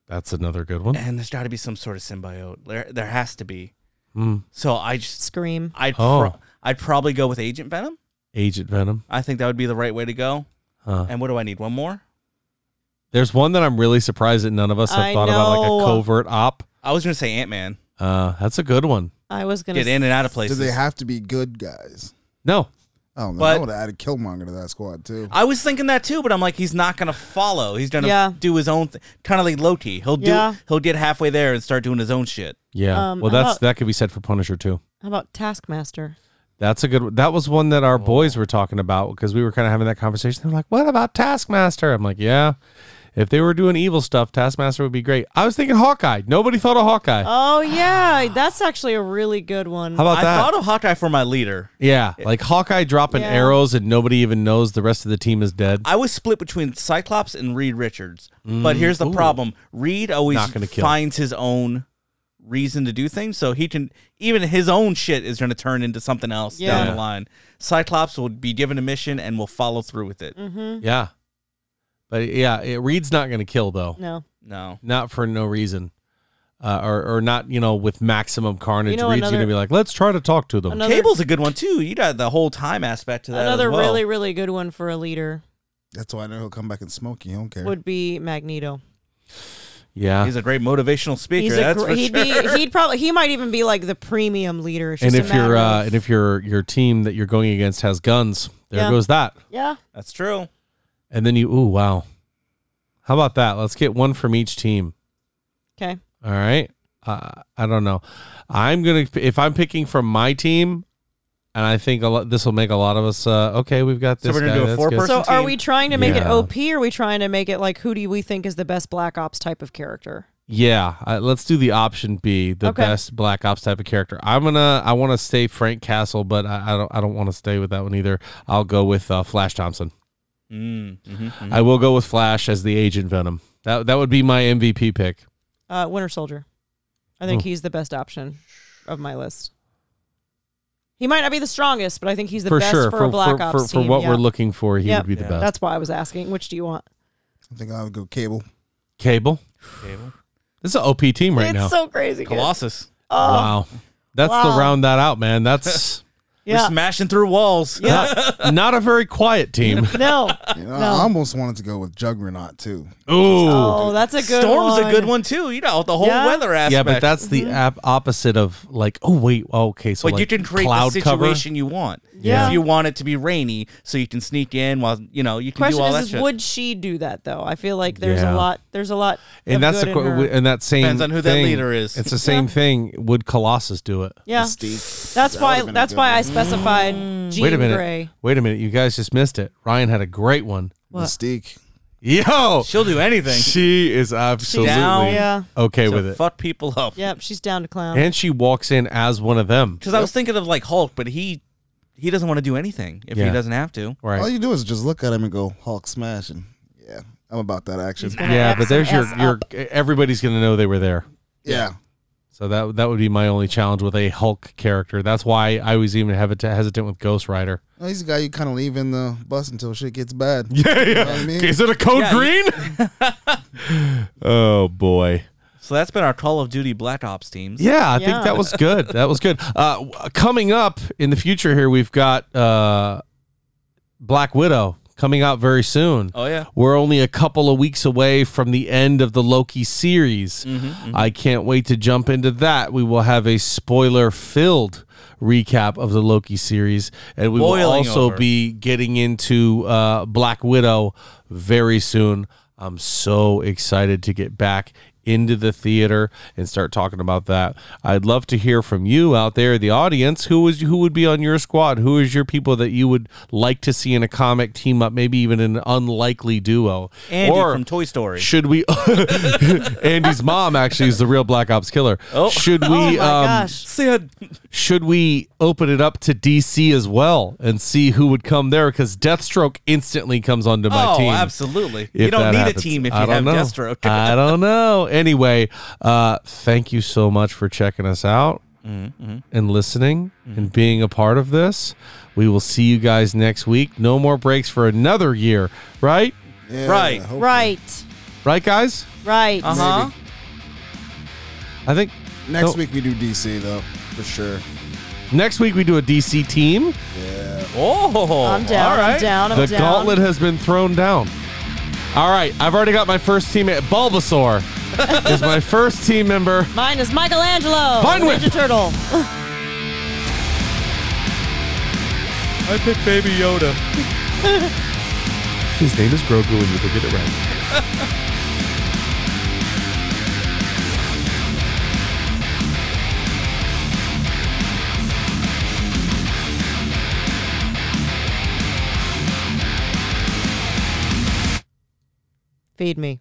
A: That's another good one.
B: And there's got to be some sort of symbiote. There, there has to be.
A: Mm.
B: So I just,
D: Scream.
B: I'd,
A: Oh.
B: pro- I'd probably go with Agent Venom.
A: Agent Venom.
B: I think that would be the right way to go.
A: Huh.
B: And what do I need? One more.
A: There's one that I'm really surprised that none of us have
D: I
A: thought about, like a
D: know.
A: covert op.
B: I was gonna say Ant Man.
A: Uh, that's a good one.
D: I was gonna
B: Get in and out of
C: Do
B: places.
C: they have to be good guys?
A: No,
C: Oh no,
B: But-
C: I would have added Killmonger to that squad too.
B: I was thinking that too, but I'm like, he's not gonna follow. He's gonna
D: Yeah.
B: do his own thing, kind of like Loki. He'll do.
D: Yeah.
B: He'll get halfway there and start doing his own shit.
A: yeah.
D: Um,
A: well, that's
D: about-
A: that could be said for Punisher too.
D: How about Taskmaster?
A: That's a good. one. That was one that our boys were talking about because we were kind of having that conversation. They're like, "What about Taskmaster?" I'm like, "Yeah, if they were doing evil stuff, Taskmaster would be great." I was thinking Hawkeye. Nobody thought of Hawkeye.
D: Oh yeah, that's actually a really good one.
A: How about
B: I
A: that?
B: thought of Hawkeye for my leader.
A: yeah, like Hawkeye dropping
D: Yeah.
A: arrows and nobody even knows the rest of the team is dead.
B: I was split between Cyclops and Reed Richards, but here's the problem: Reed always
A: Mm, Not gonna kill.
B: finds his own reason to do things, so he can even his own shit is going to turn into something else down
D: Yeah.
B: the line. Cyclops will be given a mission and will follow through with it.
D: Mm-hmm. Uh-huh.
A: yeah, but yeah, it, Reed's not going to kill though.
D: no.
B: No,
A: not for no reason, uh, or or not you know with maximum carnage.
D: You know,
A: Reed's
D: another-
A: gonna be like, let's try to talk to them.
D: Another-
B: Cable's a good one too. You got the whole time aspect to that. as
D: Another
B: well.
D: really, really good one for a leader
C: That's why I know he'll come back and smoke you. He don't care.
D: would be Magneto.
A: yeah,
B: He's a great motivational speaker. that's
D: gr-
B: for
D: he'd
B: sure.
D: be he'd probably he might even be like the premium leader. It's
A: and
D: just
A: if
D: a matter
A: your uh,
D: of-
A: and if your your team that you're going against has guns, there
D: Yeah.
A: goes that.
D: yeah,
B: That's true.
A: And then you, ooh, wow, how about that? Let's get one from each team.
D: okay,
A: All right. Uh, I don't know. I'm gonna if I'm picking from my team, and I think a lot. This will make a lot of us. Uh, okay, we've got
B: So
A: this.
B: we're gonna
A: guy,
B: do a
A: that's
B: four
A: good.
B: person-
D: So are we trying to make it
A: Yeah.
D: OP or are we trying to make it like who do we think is the best Black Ops type of character?
A: Yeah, uh, let's do the option B, the
D: Okay.
A: best Black Ops type of character. I'm gonna, I want to stay Frank Castle, but I, I don't, I don't want to stay with that one either. I'll go with uh, Flash Thompson.
B: Mm, mhm, mhm.
A: I will go with Flash as the Agent Venom. That that would be my MVP pick.
D: Uh, Winter Soldier. I think
A: Hmm.
D: he's the best option of my list. He might not be the strongest, but I think he's the
A: for
D: best
A: sure,
D: for, a Black Ops
A: for, for
D: team.
A: what
D: yeah.
A: we're looking for, he
D: Yep.
A: would be the
B: Yeah.
A: best.
D: That's why I was asking. Which do you want?
C: I think I would go Cable.
A: Cable.
B: Cable.
A: This is an OP team right
D: it's
A: now.
D: so crazy. good.
B: Colossus.
D: Oh,
A: wow, that's the
D: Wow.
A: round that out, man. That's
D: Yeah.
B: We're smashing through walls.
A: Not, not a very quiet team.
D: no.
C: You know, I
D: No.
C: almost wanted to go with Juggernaut too.
A: Ooh.
D: Oh, that's a good
B: Storm's
D: one.
B: a good one too. You know the whole
D: Yeah.
B: weather aspect.
A: Yeah, but that's the
D: Mm-hmm.
A: ap- opposite of like, oh wait, oh, okay, so
B: But
A: like
B: you can create the
A: cloud cover.
B: situation you want.
D: Yeah.
B: If you want it to be rainy, so you can sneak in while you know you can
D: Question
B: do all
D: is,
B: that
D: is
B: shit.
D: would she do that though? I feel like there's
A: Yeah.
D: a lot. There's a lot. of
A: And that's
D: good
A: the uh,
D: in
A: qu-
D: her.
A: and that same
B: Depends on who that
A: thing-
B: leader is.
A: It's the same thing. Would Colossus do it?
D: yeah.
C: Mystique.
D: That's
C: That
D: why.
C: would've been a
D: That's
C: good
D: why I
C: one.
D: specified Jean
A: Mm. Wait a minute.
D: Grey.
A: Wait a minute. You guys just missed it. Ryan had a great one.
D: What?
C: Mystique.
A: Yo,
B: She'll do anything.
A: she is absolutely
B: down
D: Yeah.
A: okay
B: to
A: with it,
B: fuck people up.
D: Yep. She's down to clown.
A: and she walks in as one of them.
B: Because I was thinking of like Hulk, but he he doesn't want to do anything if
A: Yeah.
B: he doesn't have to.
C: All
A: Right.
C: you do is just look at him and go Hulk smashing. Yeah, I'm about that action.
A: Yeah, but there's your
D: Ass
A: your everybody's gonna know they were there.
C: Yeah,
A: So that that would be my only challenge with a Hulk character. That's why I was even hevit- hesitant with Ghost Rider.
C: Well, he's a guy you kind of leave in the bus until shit gets bad.
A: Yeah, yeah.
C: what I mean?
A: Is it a code
B: Yeah, you-
A: green? oh boy.
B: So that's been our Call of Duty Black Ops teams.
A: Yeah, I
D: Yeah.
A: think that was good. That was good. Uh, w- coming up in the future here, we've got uh, Black Widow coming out very soon.
B: Oh yeah.
A: We're only a couple of weeks away from the end of the Loki series.
B: Mm-hmm,
A: I can't wait to jump into that. We will have a spoiler filled recap of the Loki series, and we will
B: Boiling
A: also
B: over.
A: be getting into uh, Black Widow very soon. I'm so excited to get back into the theater and start talking about that. I'd love to hear from you out there, the audience. Who is who would be on your squad? Who is your people that you would like to see in a comic team up? Maybe even an unlikely duo.
B: Andy
A: or
B: from Toy Story.
A: should we? Andy's mom actually is the real Black Ops killer.
B: Oh.
A: Should we?
D: oh my
A: um,
D: gosh.
B: Sid.
A: should we open it up to DC as well and see who would come there? Because Deathstroke instantly comes onto my
B: Oh,
A: team.
B: absolutely.
A: if
B: You don't
A: that
B: need
A: happens.
B: a team if you
A: I
B: have
A: don't know.
B: Deathstroke.
A: I don't know. Anyway, uh, thank you so much for checking us out
B: Mm-hmm.
A: and listening and being a part of this. We will see you guys next week. No more breaks for another year, right?
C: Yeah,
B: Right.
C: hopefully.
D: Right.
A: Right, guys?
D: Right.
B: Uh huh.
A: I think
C: Next
A: No.
C: week we do DC though, for sure.
A: next week we do a DC team.
B: Oh,
D: I'm down.
B: All right.
D: I'm down. I'm
A: the
D: down.
A: gauntlet has been thrown down. All right, I've already got my first teammate. Bulbasaur is my first team member.
D: Mine is Michelangelo.
A: Vine whip.
D: Ninja Turtle.
A: I picked Baby Yoda. His name is Grogu, and you will get it right.
D: Feed me.